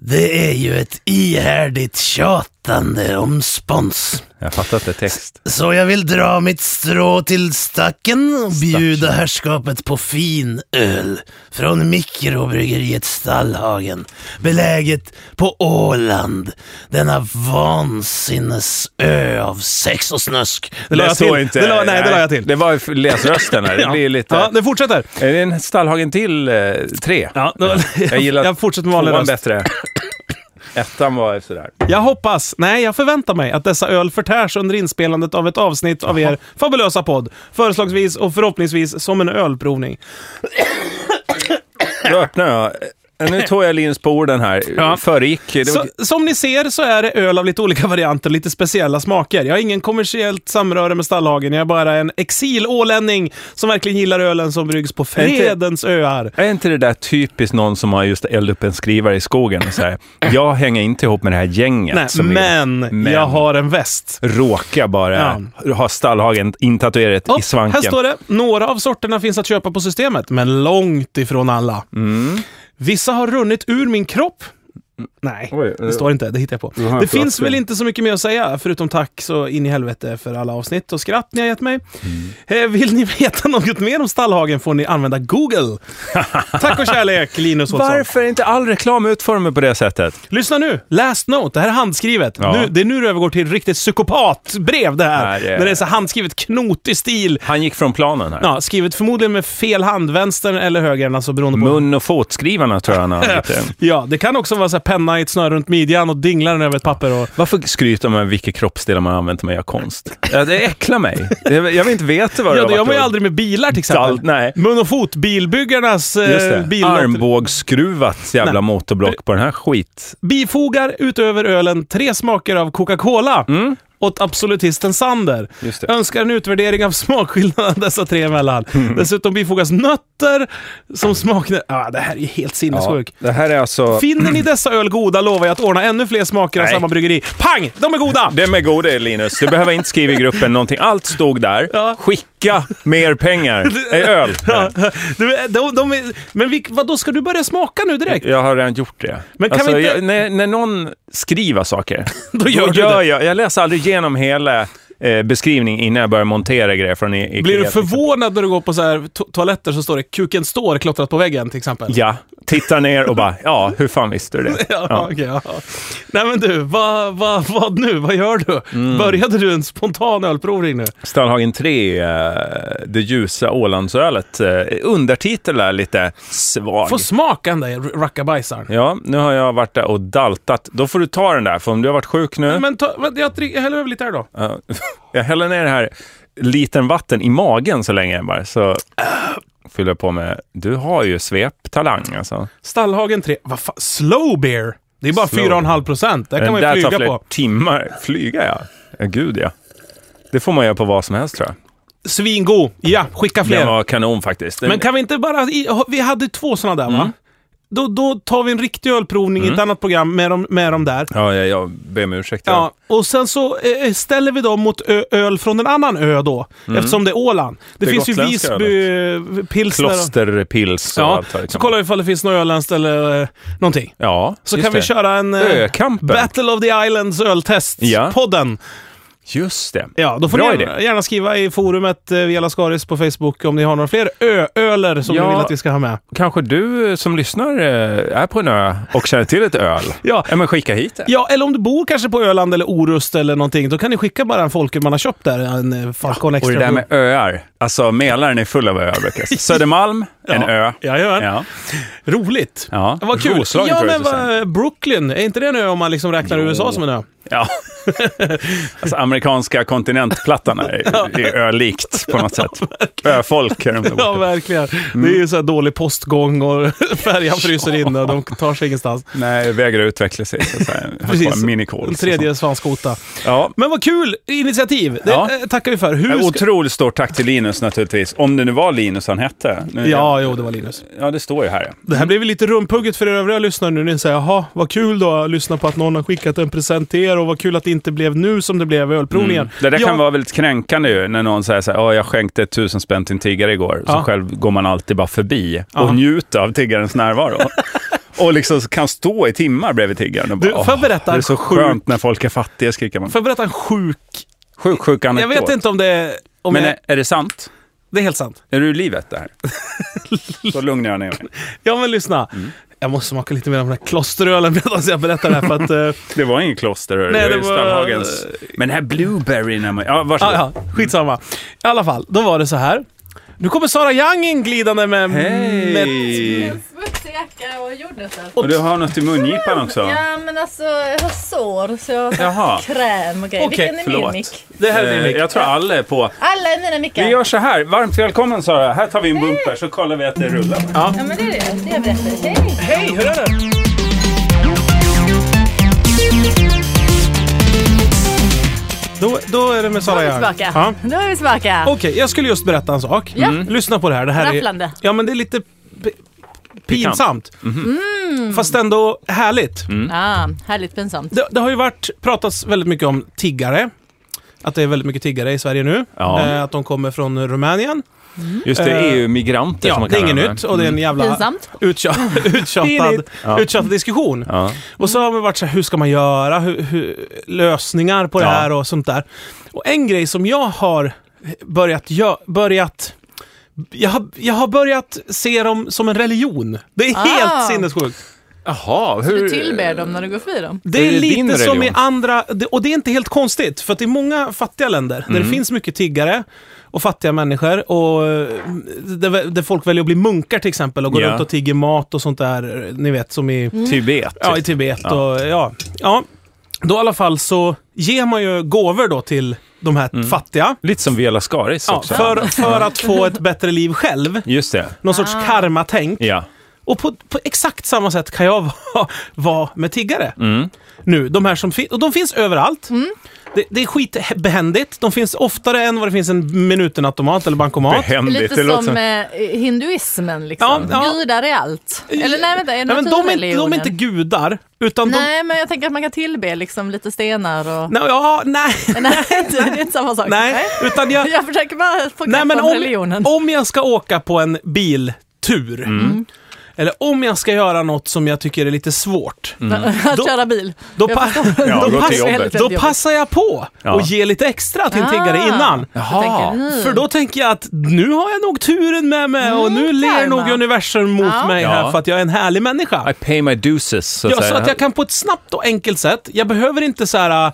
A: Det är ju ett ihärdigt tjatande om spons.
B: Jag fattar att det är text.
A: Så jag vill dra mitt strå till stacken och bjuda herrskapet på fin öl från mikrobryggeriet Stallhagen, beläget på Åland, denna vansinnesö av sex och snusk.
C: Det la jag
B: står
C: till. Det la, nej, det la jag till.
B: Det var ju för- läsrösten här. Det blir lite...
C: Ja, det fortsätter.
B: Är det en Stallhagen till eh, tre?
C: Ja, det var,
B: Jag gillar
C: jag fortsätter med vanlig
B: tvåan
C: röst.
B: bättre. Ettan var sådär.
C: Jag hoppas, nej jag förväntar mig att dessa öl förtärs under inspelandet av ett avsnitt av er fabulösa podd. Förslagsvis och förhoppningsvis som en ölprovning.
B: Då öppnar jag. Eh, Nu tog jag Linus på orden här.
C: Ja.
B: Föregick. Det var...
C: Så, som ni ser så är det öl av lite olika varianter och lite speciella smaker. Jag har ingen kommersiellt samröre med Stallhagen, jag är bara en exilålänning som verkligen gillar ölen som bryggs på
B: inte-
C: fredens öar.
B: Är inte det där typiskt någon som har just eldat upp en skrivare i skogen och säger jag hänger inte ihop med det här gänget
C: Nej,
B: som
C: men,
B: men-
C: jag har en väst.
B: råkar bara ha Stallhagen intatuerat i
C: Ja,
B: svanken.
C: här står det, några av sorterna finns att köpa på systemet, men långt ifrån alla.
B: Mm.
C: Vissa har runnit ur min kropp. Nej,
B: Oj, eh,
C: det står inte. Det hittar jag på.
B: har jag
C: Det
B: på
C: finns
B: axeln.
C: väl inte så mycket mer att säga, förutom tack så in i helvete för alla avsnitt och skratt ni har gett mig.
B: Mm.
C: Eh, Vill ni veta något mer om Stallhagen får ni använda Google. tack och kärlek, Linus Olsson.
B: Varför är inte all reklam utformad på det sättet?
C: Lyssna nu! Last note, det här är handskrivet.
B: Ja.
C: Nu, det är nu det övergår till riktigt psykopatbrev det här.
B: Nej, det är-
C: När det är så handskrivet, knotig stil.
B: Han gick från planen här.
C: Ja, skrivet förmodligen med fel hand, vänstern eller högern, alltså beroende på...
B: Mun och fotskrivarna tror jag han har lite.
C: Ja, det kan också vara så här penna i ett snöre runt midjan och dingla den över ett papper. Och...
B: Varför skryta med vilka kroppsdelar man använt när man gör konst? Ja, Det äcklar mig. Det- Jag vill inte veta vad det
C: Ja, det gör
B: har varit
C: man ju
B: och-
C: aldrig med bilar till exempel.
B: Dalt- nej.
C: Mun och fot, bilbyggarnas
B: Just
C: eh,
B: det.
C: bil...
B: Armbågsskruvat jävla
C: Nej.
B: motorblock på den här skit.
C: Bifogar utöver ölen tre smaker av Coca-Cola. åt absolutisten Sander.
B: Mm. Just det.
C: Önskar en utvärdering av smakskillnaden dessa tre emellan.
B: Mm.
C: Dessutom bifogas nötter som smakar... Ah, det här är ju helt
B: Ja,
C: sinnessjukt.
B: det här är alltså...
C: Finner ni dessa öl goda lovar jag att ordna ännu fler smaker av
B: Nej.
C: samma bryggeri. Pang! De är goda!
B: Dem är goda Linus. Du behöver inte skriva i gruppen någonting. Allt stod där.
C: Ja.
B: Skicka mer pengar. Äh, öl.
C: Ja, de, de, de, är- men vi, vadå, ska du börja smaka nu direkt?
B: Jag har redan gjort det. Alltså,
C: Men kan vi inte-
B: jag, när, när någon skriver saker,
C: Då gör du det.
B: jag. Jag läser aldrig igenom hela eh, beskrivningen innan jag börjar montera grejer från I- Ikea.
C: Blir du
B: liksom.
C: förvånad när du går på så här to toaletter så står det “Kuken står” klottrat på väggen till exempel?
B: Ja, tittar ner och bara, ja, hur fan visste du det?
C: Ja, okej, ja. Nej men du, vad, vad, vad nu? Vad gör du?
B: Mm.
C: Började du en spontan ölprovning nu?
B: Stallhagen 3, eh, det ljusa Ålandsölet. Eh, undertitel är lite svag.
C: Få smaka den där rackabajsaren.
B: Ja, nu har jag varit där och daltat. Då får du ta den där, för om du har varit sjuk nu...
C: Men ta, vänta, jag, drick- jag häller över lite här då.
B: Ja, jag häller ner det här liten vatten i magen så länge bara, så fyller jag på med... Du har ju sveptalang alltså.
C: Stallhagen 3, vad fan, slow beer? Det är bara
B: Slow.
C: 4,5 procent, det kan man
B: Den
C: ju
B: där tar
C: flyga
B: flera
C: på.
B: timmar. Flyga ja. ja. Gud ja. Det får man göra på vad som helst tror jag.
C: Svingod, ja, skicka fler.
B: Den var kanon faktiskt. Den,
C: Men kan vi inte bara... i- Vi hade två sådana där,
B: Mm.
C: va? Då, då tar vi en riktig ölprovning i ett annat program med de, med de där.
B: Ja, jag, jag ber om ursäkt.
C: Ja, och sen så eh, ställer vi dem mot ö, öl från en annan ö då, eftersom det är Åland. Det,
B: Mm. Det
C: finns ju
B: gotländska
C: Visby, eh, pilsner...
B: Klosterpils och
C: Ja,
B: allt vad det kan
C: så
B: vara.
C: kollar vi ifall det finns något öländskt eller eh, någonting.
B: Ja,
C: Så
B: just
C: kan vi
B: det.
C: köra en... eh,
B: Ökampen.
C: Battle of the Islands
B: Ja.
C: öltest-podden.
B: Just det.
C: Ja, då får
B: Bra
C: ni
B: idé.
C: gärna, gärna skriva i forumet eh, via Lascaris på Facebook om ni har några fler ö-öler som
B: Ja.
C: ni vill att vi ska ha med.
B: Kanske du eh, som lyssnar eh, är på en ö och känner till ett öl?
C: Ja.
B: men skicka hit det.
C: Ja, eller om du bor kanske på Öland eller Orust eller någonting, då kan ni skicka bara en folköl man har köpt där, en eh, Falcon
B: Och
C: Extra.
B: det där med öar. Alltså Mälaren är full av öar brukar jag säga. Södermalm, en ö.
C: Jajamän.
B: Ja.
C: Roligt!
B: Ja.
C: Vad kul!
B: Roslagen
C: ja,
B: tror jag
C: men
B: jag skulle
C: vad, Brooklyn, är inte det en ö om man liksom räknar USA som en ö?
B: ja. Alltså amerikanska kontinentplattan är, är ölikt på något sätt. Öfolk är de där
C: Ja,
B: borta.
C: verkligen.
B: Mm.
C: Det är ju så här dålig postgång och färjan fryser inne och de tar sig ingenstans.
B: Nej, vägrar utveckla sig. Så att säga.
C: Precis.
B: Minikål.
C: En tredje svanskota.
B: Ja.
C: Men vad kul initiativ! Det
B: Ja.
C: eh, tackar vi för. Hur ska...
B: Otroligt stort tack till Linus naturligtvis. Om det nu var Linus han hette. Nu,
C: Ja, jo, det var Linus.
B: ja, det står ju här. ja.
C: Det här blev ju lite rumpugget för er övriga lyssnare nu. Ni säger jaha, vad kul då att lyssna på att någon har skickat en present till er och vad kul att det inte blev nu som det blev i ölprovningen.
B: Mm. Det där
C: Ja,
B: kan vara väldigt kränkande ju, när någon säger så här, "Ja, jag skänkte tusen spänn till en tiggare igår.
C: Ja.
B: Så själv går man alltid bara förbi
C: Ja.
B: och njuter av tiggarens närvaro. och liksom kan stå i timmar bredvid tiggaren och bara,
C: Du, får jag
B: "Åh,
C: berätta
B: Det är
C: en
B: så
C: sjuk-
B: skönt när folk är fattiga, skriker man.
C: Får jag berätta en sjuk...
B: Sjuk, sjuk
C: Jag
B: anekdot.
C: vet inte om det är... Om
B: Men eh,
C: jag...
B: är, är det sant?
C: Det är helt sant.
B: Är du i livet det här? så lugnar jag ner mig.
C: Ja, men lyssna.
B: Mm.
C: Jag måste smaka lite mer av den här klosterölen medan jag berättar det här för att... eh,
B: Det var ingen kloster, hörru.
C: Nej,
B: det var
C: det
B: ju
C: var-
B: Stallhagens. Men den här blueberry när man... Ja,
C: ah,
B: varsågod.
C: ja, skitsamma. I alla fall, då var det så här. Nu kommer Sara Young in glidande med...
B: Hej!
D: Med en smutsig jacka och jordnötter.
B: Och du har något i mungipan också.
D: Ja men alltså jag har sår så jag har
B: Jaha.
D: fått kräm och grejer.
C: Okej,
D: Vilken är
B: förlåt.
D: min mick?
C: Det här är
B: Eh,
C: din mick.
B: Jag tror alla är på.
D: Alla är mina mickar.
B: Vi gör så här. Varmt välkommen Sara. Här tar vi en bumper så kollar vi att det rullar.
D: Ja men det är det. Det är vi efter. Hej!
C: Hej, hur är det? Då, då är det med
D: Då
C: Sara
D: är vi
C: Young.
D: tillbaka.
C: Ja.
D: Då är vi tillbaka.
C: Okej, jag skulle just berätta en sak. Mm.
D: Ja.
C: Lyssna på det här. Det här är,
D: Rafflande.
C: ja, men det är lite p- pinsamt.
B: Mhm.
D: Mm.
C: Fast ändå härligt.
B: Mm.
D: Ah, härligt pinsamt.
C: Det, det har ju varit, pratats väldigt mycket om tiggare. Att det är väldigt mycket tiggare i Sverige nu.
B: Ja.
C: Eh, att de kommer från Rumänien.
B: Just det,
C: Eh,
B: EU-migranter som
C: Ja,
B: man
C: det är
B: kallar
C: inget
B: dem.
C: nytt och det är en jävla
D: Pinsamt.
C: uttja- uttjatad,
B: Pinigt. Ja.
C: uttjatad diskussion.
B: Mm. Ja.
C: Och så har vi varit så här, hur ska man göra? Hur, hur, lösningar på det
B: Ja.
C: här och sånt där. Och en grej som jag har börjat... Jag, börjat jag, har, jag har börjat se dem som en religion. Det är
D: Ah.
C: helt sinnessjukt.
B: Jaha, hur...
D: Du tillber dem när du går förbi dem.
C: Det är,
B: Är det din
C: lite som i
B: religion?
C: andra... det- Och det är inte helt konstigt, för att i många fattiga länder där
B: Mm.
C: det finns mycket tiggare och fattiga människor och eh, där, där folk väljer att bli munkar till exempel och går
B: Ja.
C: runt och tigger mat och sånt där, ni vet som i...
D: Mm.
B: Tibet.
C: Ja, i Tibet och ja. ja. Då i alla fall så ger man ju gåvor då till de här fattiga.
B: Lite som Viola Skaris
C: Ja,
B: också.
C: för, för att få ett bättre liv själv.
B: Just det.
C: Någon sorts karmatänk.
B: Ja.
C: Och på, på exakt samma sätt kan jag vara vara med tiggare. Nu, de här som fin- och de finns överallt. Det, det är skitbehändigt. De finns oftare än vad det finns en minutenautomat eller bankomat.
B: Behändigt.
D: Lite
B: det låter
D: som eh, hinduismen liksom.
C: Ja, ja.
D: Gudar är allt. Eller nej vänta, är det
C: Nej, men de, är, inte- de är
D: naturreligionen?
C: inte gudar, utan de...
D: Nej men jag tänker att man kan tillbe liksom lite stenar och...
C: Nej, ja, nej,
D: Nej, det är inte samma sak.
C: nej, utan jag...
D: Jag försöker bara få
C: Nej,
D: grepp
C: men
D: om
C: om,
D: religionen.
C: om jag ska åka på en biltur,
B: Mm.
D: Mm.
C: eller om jag ska göra något som jag tycker är lite svårt,
D: Att
C: då-
D: köra bil.
C: då,
D: Jag
C: pa-
D: förstår.
B: Mm. Ja, gå
C: då,
B: till
C: pass-
B: jobbet.
C: då passar jag på
B: Ja.
C: och ger lite extra till en tiggare
D: Ah.
C: innan.
D: Jag tänker, mm.
C: För då tänker jag att nu har jag nog turen med mig och nu ler
D: karma.
C: nog universum mot
D: Ja.
C: mig här
B: Ja.
C: för att jag är en härlig människa.
B: I pay my duces, så att
C: Ja,
B: säga.
C: så att jag kan på ett snabbt och enkelt sätt, jag behöver inte så här...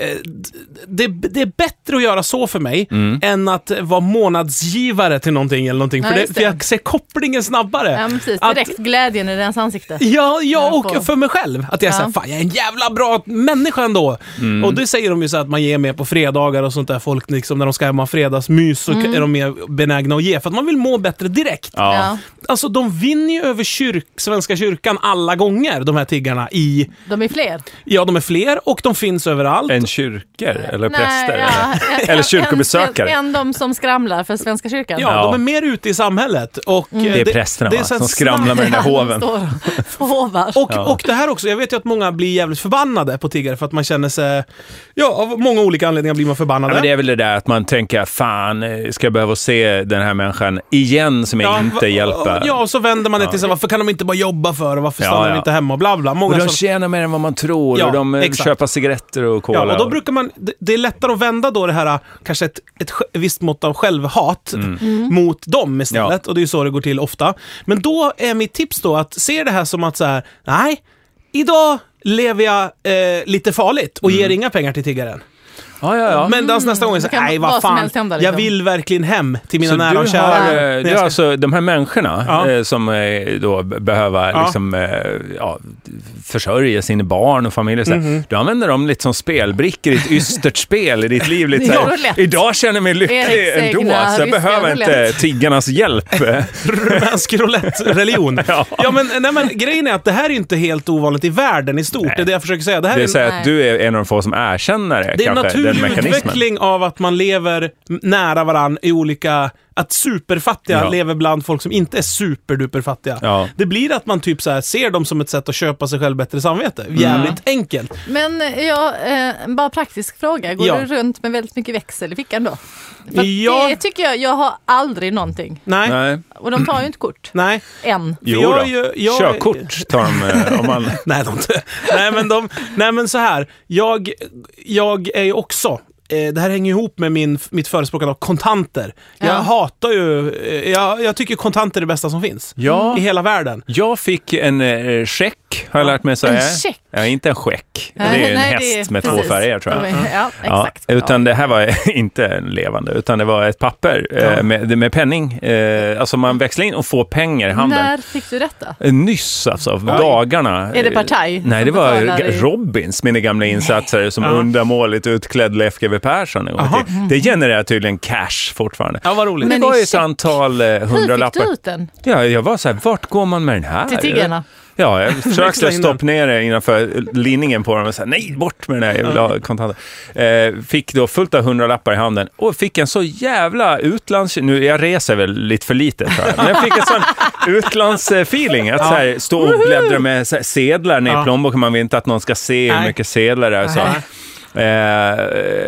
C: eh, d- Det, det är bättre att göra så för mig
B: Mm.
C: än att vara månadsgivare till någonting eller någonting.
D: Ja,
C: för,
D: just
C: det, för
D: det.
C: jag ser kopplingen snabbare.
D: Ja, men precis.
C: Att-
D: Direkt glädjen i deras ansikte.
C: Ja, ja,
D: Jag får-
C: och för mig själv. Att jag
D: Ja.
C: säger, fan jag är en jävla bra människa ändå.
B: Mm.
C: Och det säger de ju så här att man ger mer på fredagar och sånt där. Folk liksom när de ska hemma och fredagsmys så
D: Mm.
C: är de mer benägna att ge för att man vill må bättre direkt.
D: Ja.
B: Ja.
C: Alltså de vinner ju över kyrk, Svenska kyrkan alla gånger, de här tiggarna i
D: De är fler.
C: Ja, de är fler och de finns överallt.
B: En kyrkor eller präster?
D: ja, en-
B: Eller kyrkobesökare.
D: En, en, en de som skramlar för Svenska kyrkan.
C: Ja,
B: Ja.
C: de är mer ute i samhället. Och, eh,
B: Det är prästerna
C: det är
B: va?
C: så här
B: som skramlar med den där
D: De
B: hoven.
D: står och hovar.
C: Och, och det här också, jag vet ju att många blir jävligt förbannade på tiggare för att man känner sig... Ja, av många olika anledningar blir man förbannad.
B: Ja, men det är väl det där att man tänker, fan, eh, ska jag behöva se den här människan igen som jag inte
C: va-
B: hjälper?
C: Ja, och så vänder man det till sig, varför kan de inte bara jobba för det? Varför
B: Ja,
C: stannar de
B: ja.
C: inte hemma? Och bla bla. Många
B: Och de
C: sån-
B: tjänar mer än vad man tror
C: Ja,
B: och de eh,
C: exakt.
B: köper cigaretter och cola.
C: Ja, och då brukar man, det- det är lättare att vända då det här, äh, kanske ett, ett sj- visst mått av självhat
B: Mm.
D: Mm.
C: mot dem istället. Och det är ju så det går till ofta. Men då är mitt tips då att se det här som att så här, nej, idag lever jag eh, lite farligt och ger inga pengar till tiggaren.
B: ja, Mm. ja, ja.
C: Men mm. nästa gång är det så
D: Det kan
C: här, nej
D: vara
C: vad
D: vad som
C: fan,
D: helst hända,
C: jag
D: liksom."
C: vill verkligen hem till mina
B: så
C: nära och
B: du
C: kära.
B: har, eh,
C: När jag
B: du har
C: ska-
B: alltså de här människorna
C: Ja.
B: eh, som eh, då b- behöver
C: Ja.
B: liksom, eh, ja, försörja sina barn och familj. och så här.
C: Mhm.
B: Du använder dem lite som spelbrickor i ett ystert spel i ditt liv. Lite, så här,
D: Ja, roulette.
B: Idag känner jag mig lycklig
D: Eriks
B: ändå,
D: egna
B: så jag
D: ryska
B: behöver inte
D: roulette."
B: tiggarnas hjälp.
C: rumänsk roulette-religion. ja. men, nej, men grejen är att det här är ju inte helt ovanligt i världen i stort. Det är det jag försöker säga. Det här
B: Det
C: är,
B: är
C: en-
B: så här
D: Nej.
B: att du är en av de få som erkänner det,
C: det är en
B: kanske, den
C: naturlig
B: mekanismen.
C: utveckling av att man lever m- nära varann i olika... Att superfattiga
B: Ja.
C: lever bland folk som inte är superduperfattiga.
B: Ja.
C: Det blir att man typ så här ser dem som ett sätt att köpa sig själv bättre samvete.
B: Mm.
C: Jävligt enkelt.
D: Men ja, eh, bara en praktisk fråga. Går
C: Ja.
D: du runt med väldigt mycket växel i fickan då? För att
C: Ja.
D: Det tycker jag, jag har aldrig någonting.
C: Nej. Nej.
B: Nej.
D: Och de tar ju inte kort. Än.
B: Jo
C: jag
B: då.
C: är ju- jag-
B: Körkort tar de eh, om man...
C: Nej, de, nej, men de, nej, men så här. Jag, jag är ju också... eh, Det här hänger ihop med min, mitt förespråkande av kontanter. Jag
D: Ja.
C: hatar ju... eh, Jag, jag tycker kontanter är det bästa som finns.
B: Ja.
C: I hela världen.
B: Jag fick en eh, check, har jag lärt mig säga.
D: En check?
B: Ja, inte en check. Det är
D: Nej,
B: ju en
D: nej,
B: häst
D: det är-
B: med två
D: precis.
B: färger tror jag.
D: Ja, exakt.
B: Ja, utan det här var inte en levande, utan det var ett papper eh, med, med penning. Eh, alltså man växlar in och får pengar i handen.
D: När fick du detta?
B: Eh, Nyss alltså, dagarna.
D: Är det partaj
B: Nej,
D: som
B: det var
D: betalar i-
B: Ga- Robins, mina gamla insatser, som undermåligt utklädd Leif GW Persson. en gång
C: Aha.
B: till. Det genererar tydligen cash fortfarande.
C: Ja, vad roligt.
B: Men
D: Men
B: det var
D: i
B: ju ett
D: check.
B: antal eh,
D: Hur fick
B: hundralappar.
D: du ut den?
B: Ja, jag var så här, vart går man med den här?
D: Till tiggarna?
B: Ja, jag försökte
C: Växla in
B: stoppa ner det innanför linningen på dem och säga nej, bort med den här, jag vill ha kontanter. Eh, fick då fullt av hundralappar i handen och fick en så jävla utlands... Nu, jag reser väl lite för lite, tror jag. men jag fick en sån utlandsfeeling. Att så här, stå och bläddra med så här, sedlar ner
C: Ja.
B: i plånboken, man vill inte att någon ska se hur
C: Nej.
B: mycket sedlar det är. och Så. Eh,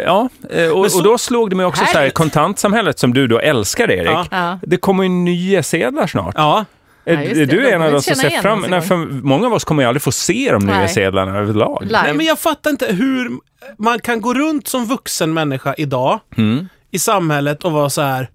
B: ja, eh, och,
C: så-
B: och då slog det mig också så här,
D: Härligt.
B: kontantsamhället som du då älskar, Erik.
C: Ja.
D: Ja.
B: Det kommer ju nya sedlar snart.
C: Ja.
B: Är,
D: Ja, just
B: är
D: det.
B: du
D: De
B: en av
D: kommer
B: de som
D: känna
B: ser
D: igen
B: fram
D: oss en
B: nej,
D: gång.
B: för Många av oss kommer ju aldrig få se de nya
D: Nej.
B: sedlarna överlag.
D: Live.
C: Nej, men jag fattar inte hur man kan gå runt som vuxen människa idag
B: Mm.
C: i samhället och vara så här.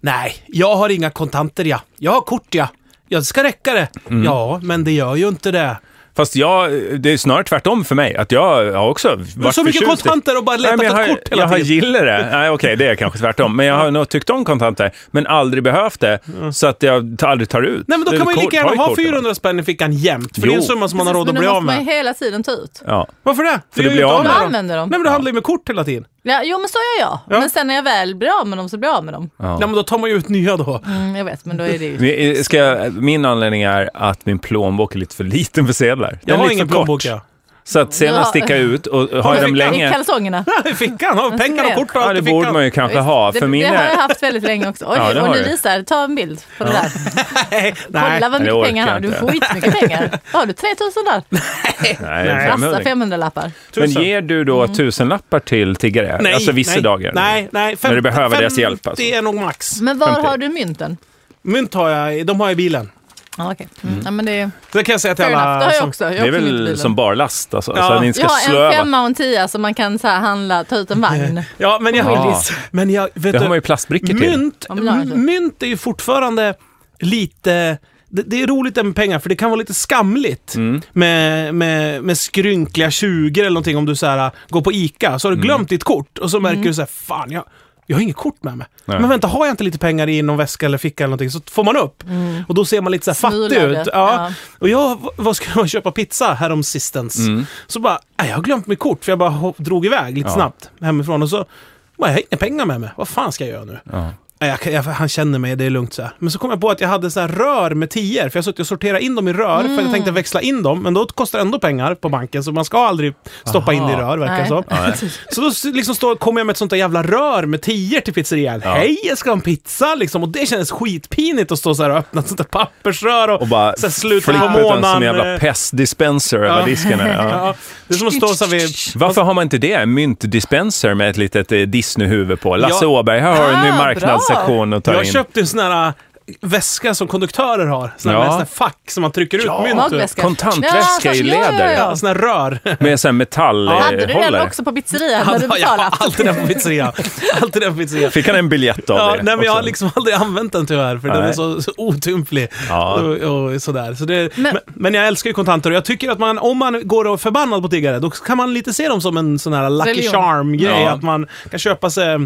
C: Nej, jag har inga kontanter ja. Jag har kort ja. Jag ska räcka det.
B: Mm.
C: Ja, men det gör ju inte det.
B: Fast jag, det är snarare tvärtom för mig. Att jag har också varit
C: så mycket
B: förtjust i-
C: kontanter och bara letat
B: men jag
C: ett
B: har,
C: kort hela
B: Jag har
C: tiden.
B: gillat det. Nej, okej, det är kanske tvärtom. Men jag har nog tyckt om kontanter, men aldrig behövt det. Så att jag t- aldrig tar ut.
C: Mm. Nej, men då
B: Det
C: kan man ju
B: kort-
C: lika gärna
B: ta ett
C: ha
B: kort eller
C: 400 spänn i fickan jämt. För det är en
B: Jo.
C: summa som man har
D: Precis,
C: råd att
D: men
C: bli
D: då
C: av
D: måste man
C: med.
D: ju hela tiden ta ut.
B: något. Ja.
C: Varför det?
B: För
C: gör
B: det
C: ju inte
B: blir av
C: av
B: med
C: med
D: dem.
C: dem.
D: Använder dem.
C: Nej, men du handlar ju med kort hela tiden.
D: Ja, jo men så gör jag.
C: Ja.
D: Men sen när jag väl blir av med dem så blir jag av med dem.
B: Ja.
C: Nej, men då tar man ju ut nya då.
D: Mm, jag vet, men då är det ju...
B: Vi- eh, Ska jag, min anledning är att min plånbok är lite för liten för sedlar. Den
C: Jag
B: är
C: har
B: lite
C: ingen
B: för kort.
C: plånbok jag.
B: Så att sedlarna
D: Ja.
B: sticker ut och har jag dem
D: I
B: länge.
D: kalsongerna.
C: I fickan, har pengar och kort och
B: Ja,
C: allt
B: det
C: i
B: borde man
C: fickan.
B: ju kanske ha.
D: det,
B: För min
D: det har jag
B: är...
D: haft väldigt länge också. Oj,
B: Ja, det
D: och
B: har
D: du
B: du.
D: visar, ta en bild på det där.
C: Nej,
D: Kolla vad
B: det
D: mycket
B: orkar
D: pengar han har.
B: jag
D: Du
B: inte.
D: får skitmycket pengar. Har du 3000 där?
B: Nej,
C: Nej.
B: en
D: Massa Mm.
B: femhundring.
D: 500-lappar.
B: Men
C: Tusen.
B: ger du då tusenlappar till tiggare?
C: Nej,
B: alltså vissa
C: nej,
B: dagar?
C: Nej, nej.
B: När du behöver deras hjälp, alltså.
C: Det är nog max.
D: Men var
B: 50.
D: har du mynten?
C: Mynt har jag, i- de har jag i bilen.
D: Ja, okej. Mm. Ja, men det är
C: Det kan jag säga till
D: fair enough. Det
C: alla.
D: har jag
C: som-
D: också. Jag
B: Det är
D: har också mynt i bilen.
B: väl som barlast alltså?
C: Ja.
B: Så att ni inte ska
D: Jag har en
B: slöva.
D: femma och en tia som man kan så här handla, ta ut en vagn.
C: Ja, men jag...
B: Ja.
C: Men jag vet
B: Det har
C: du,
B: man ju plastbrickor till.
C: mynt,
D: Ja, men det har jag inte.
C: mynt är ju fortfarande lite... Det, det är roligt det med pengar, för det kan vara lite skamligt
B: Mm.
C: med, med, med skrynkliga 20 eller någonting om du så här, går på ICA, så har du
B: Mm.
C: glömt ditt kort och så märker
D: Mm.
C: du så här, fan jag, jag har inget kort med mig.
B: Nej.
C: Men vänta, har jag inte lite pengar i någon väska eller ficka eller någonting så får man upp. Och då ser man lite så här fattig
D: Smulade.
C: ut.
D: Mm. Ja.
C: Ja. Och jag v- var skulle jag köpa pizza härom sistens. Så bara, "Nej, jag har glömt mitt kort för jag bara ho- drog iväg lite
B: Mm. Ja.
C: snabbt hemifrån och så, bara, jag har inga pengar med mig. Vad fan ska jag göra nu?
B: Ja.
C: Nej, Jag, kan- jag, han känner mig, det är lugnt så här. Men så kom jag på att jag hade så här rör med tior, för jag suttit och sorterat in dem i rör, för jag tänkte växla in dem, men då kostar det ändå pengar på banken, så man ska aldrig stoppa in det i rör, verkar det
D: Nej.
C: som. Så då s- liksom står, kom jag med ett sånt där jävla rör med tior till pizzerian. Hej, jag ska ha en pizza! Liksom. Och det kändes skitpinigt att stå så här och öppna ett sånt där pappersrör och,
B: Och bara
C: så här, slutet på
B: flippa ut en
C: månaden.
B: som
C: eh,
B: jävla pestdispenser över disken. här. Ja.
C: ja, det är som att stå så här vid...
B: Varför har man inte det? Myntdispenser med ett litet eh, Disney-huvud på. Lasse
C: Ja.
B: Åberg, här har du en ny
D: Ah,
B: marknadssektion att ta
C: Jag
B: in.
C: köpte en sån här äh, väska som konduktörer har. Sån här,
B: Ja.
C: med sån här fack som man trycker ut mynt ur.
D: Magväska.
B: Kontantväska
D: Ja,
B: i
D: ja, ja,
B: läder.
D: ja.
C: Ja, sån här rör.
B: Med sån här
D: Hade du den
B: metallhållare.
D: också på pizzerian
C: Ja,
D: när du
C: Eh, jag
D: betalade?
C: har alltid den på pizzeria. Alltid den på pizzeria.
B: Fick han en biljett av
C: Ja,
B: det?
C: nej, men jag
B: också?
C: har liksom aldrig använt den tyvärr, för den
B: Nej.
C: är så, så otymplig.
B: Ja.
C: Och, och sådär. Så det,
D: Men-
C: men, men jag älskar ju kontanter och jag tycker att man, om man går och är förbannad på tiggare, då kan man lite se dem som en sån här lucky
D: Religion.
C: charm-grej.
B: Ja.
C: Att man kan köpa sig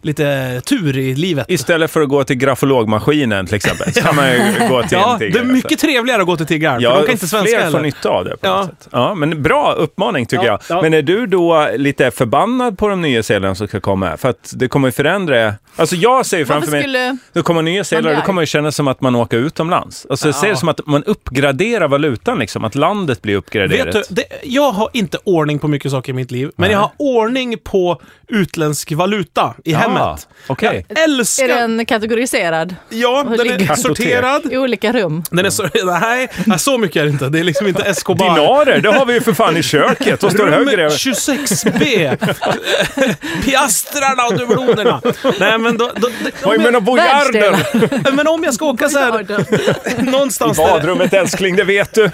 C: lite tur i livet.
B: Istället för att gå till grafologmaskinen till exempel, så kan man ju gå till alltså.
C: Ja,
B: en
C: det
B: tiggare.
C: är mycket trevligare att gå till tiggaren,
B: Ja,
C: för de kan inte svenska
B: fler får
C: heller.
B: nytta av det på
C: Ja.
B: något sätt. Ja, men bra uppmaning tycker
C: Ja,
B: jag.
C: ja.
B: Men är du då lite förbannad på de nya sedlarna som ska komma? För att det kommer ju förändra... Alltså jag ser ju framför
D: Varför
B: mig...
D: skulle...
B: Då kommer nya sedlar,
D: blir
B: då
D: arg.
B: kommer det kännas som att man åker utomlands. Alltså jag ser
C: Ja.
B: det som att man uppgraderar valutan liksom, att landet blir uppgraderat.
C: Vet du, det, jag har inte ordning på mycket saker i mitt liv, men jag har ordning på utländsk valuta i hemmet.
B: Ah, Okej.
C: Jag älskar...
D: Är den kategoriserad
C: Ja,
D: Hur
C: den
D: ligger-
C: är sorterad.
D: i olika rum?
C: Den är så... Nej, nej, så mycket är det inte. Det är liksom inte Escobar.
B: Dinarer, det har vi ju för fan i köket och står
C: Rum
B: högre.
C: 26B. Piastrarna och dublonerna. Nej, men då... då, då
B: Vad
C: om
B: jag menar bojarden!
D: Världsdelar.
C: jag, men om jag ska åka så här
B: I
C: någonstans där,
B: badrummet älskling, det vet du.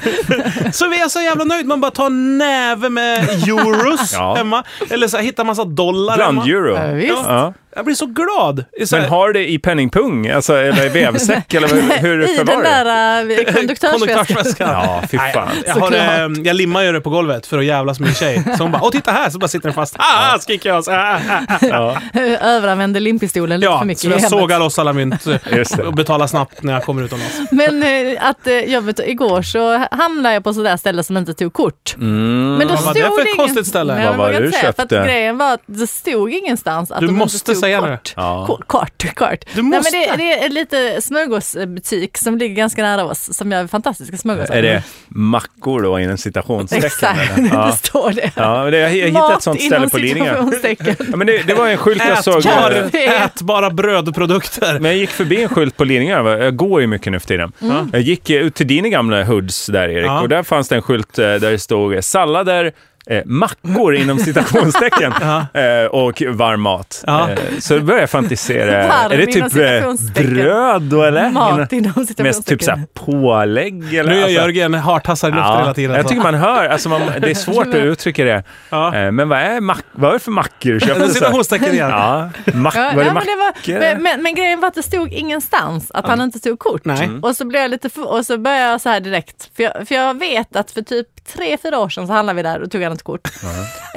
C: så är jag så jävla nöjd. Man bara tar en näve med euros
B: Ja.
C: hemma. Eller så här, hittar massa dollar hemma.
B: Blandeuro.
D: Ja, visst.
B: Ja.
C: Jag blir så glad. Det är Så här,
B: Men har det i penningpung, alltså, eller i vevsäck, eller hur- hur
D: I den
B: förvarar du?
D: där eh, konduktörsväskan.
C: Konduktörsväskan.
B: Ja, fy
C: Nej,
B: fan.
C: Jag, har,
D: Såklart.
C: eh, jag limmar ju det på golvet för att jävlas med min tjej. Så hon bara “Åh, titta här!” så bara sitter den fast. Ah, skriker jag. Så, ah, ah, ah.
B: Ja,
D: Överanvände limpistolen lite
C: Ja,
D: för mycket
C: så
D: i
C: jag
D: hemmet.
C: sågar loss alla mynt eh,
B: just det.
C: och betalar snabbt när jag kommer utomlands.
D: Men eh, att eh, jag vet, igår så hamnade jag på sådär ställe som inte tog kort.
B: Mm.
D: Men då
C: Mm. Vad var
D: stod
C: det för ett
D: ingen-
C: konstigt ställe?
D: Nej,
B: Vad
D: jag
B: var det
D: vågar inte
B: du
D: säga, för att
B: köpte?
D: Grejen var att det stod ingenstans att
C: Du
D: de
C: måste
D: inte tog
C: säga det.
D: kort.
B: Ja.
D: Kort, kort, kort.
C: Du måste.
D: Nej, men det, det är lite smörgåsbutik som ligger ganska nära oss som gör fantastiska smörgåsar.
B: Är det mackor då, inom citationstecken?
D: Exakt,
B: eller?
D: det
B: Ja.
D: står det.
B: Ja, men det- jag jag hittade ett sånt ställe
D: inom
B: på Lidingö.
D: citationstecken.
B: Ja, men det, det var en skylt jag såg.
D: korv.
B: eh,
C: Ätbara, ätbara brödprodukter.
B: Men jag gick förbi en skylt på Lidingö. va? Jag går ju mycket nu för tiden. Jag gick eh, ut till dina gamla hoods där, Erik.
C: Mm. Ja.
B: Och där fanns det en skylt eh, där det stod eh, sallader, eh, mackor inom citationstecken eh, och varm mat.
C: Ja.
B: Eh, så då började jag fantisera.
D: Varm
B: är det
D: inom
B: typ eh,
D: citationstecken.
B: bröd då eller?
D: Mat inom
B: Mest typ såhär
D: citationstecken.
B: pålägg eller?
C: Nu gör
B: alltså-
C: Jörgen hartassar i luften
B: Ja,
C: hela tiden.
B: jag
C: så.
B: tycker man hör, alltså man, det är svårt att uttrycka det.
C: Ja.
B: Eh, Men vad är, mack, vad är det för mackor? Köpte
C: Inom
B: du så här-
C: citationstecken igen.
B: Ja, mack,
D: Ja,
B: var det
D: ja, men,
B: mackor?
D: det var, men- men, men grejen var att det stod ingenstans att han inte tog kort.
C: Nej.
D: Och så blev jag lite för, och så började jag så här direkt. För jag, för jag vet att för typ tre, fyra år sedan så handlade vi där och tog han inte kort.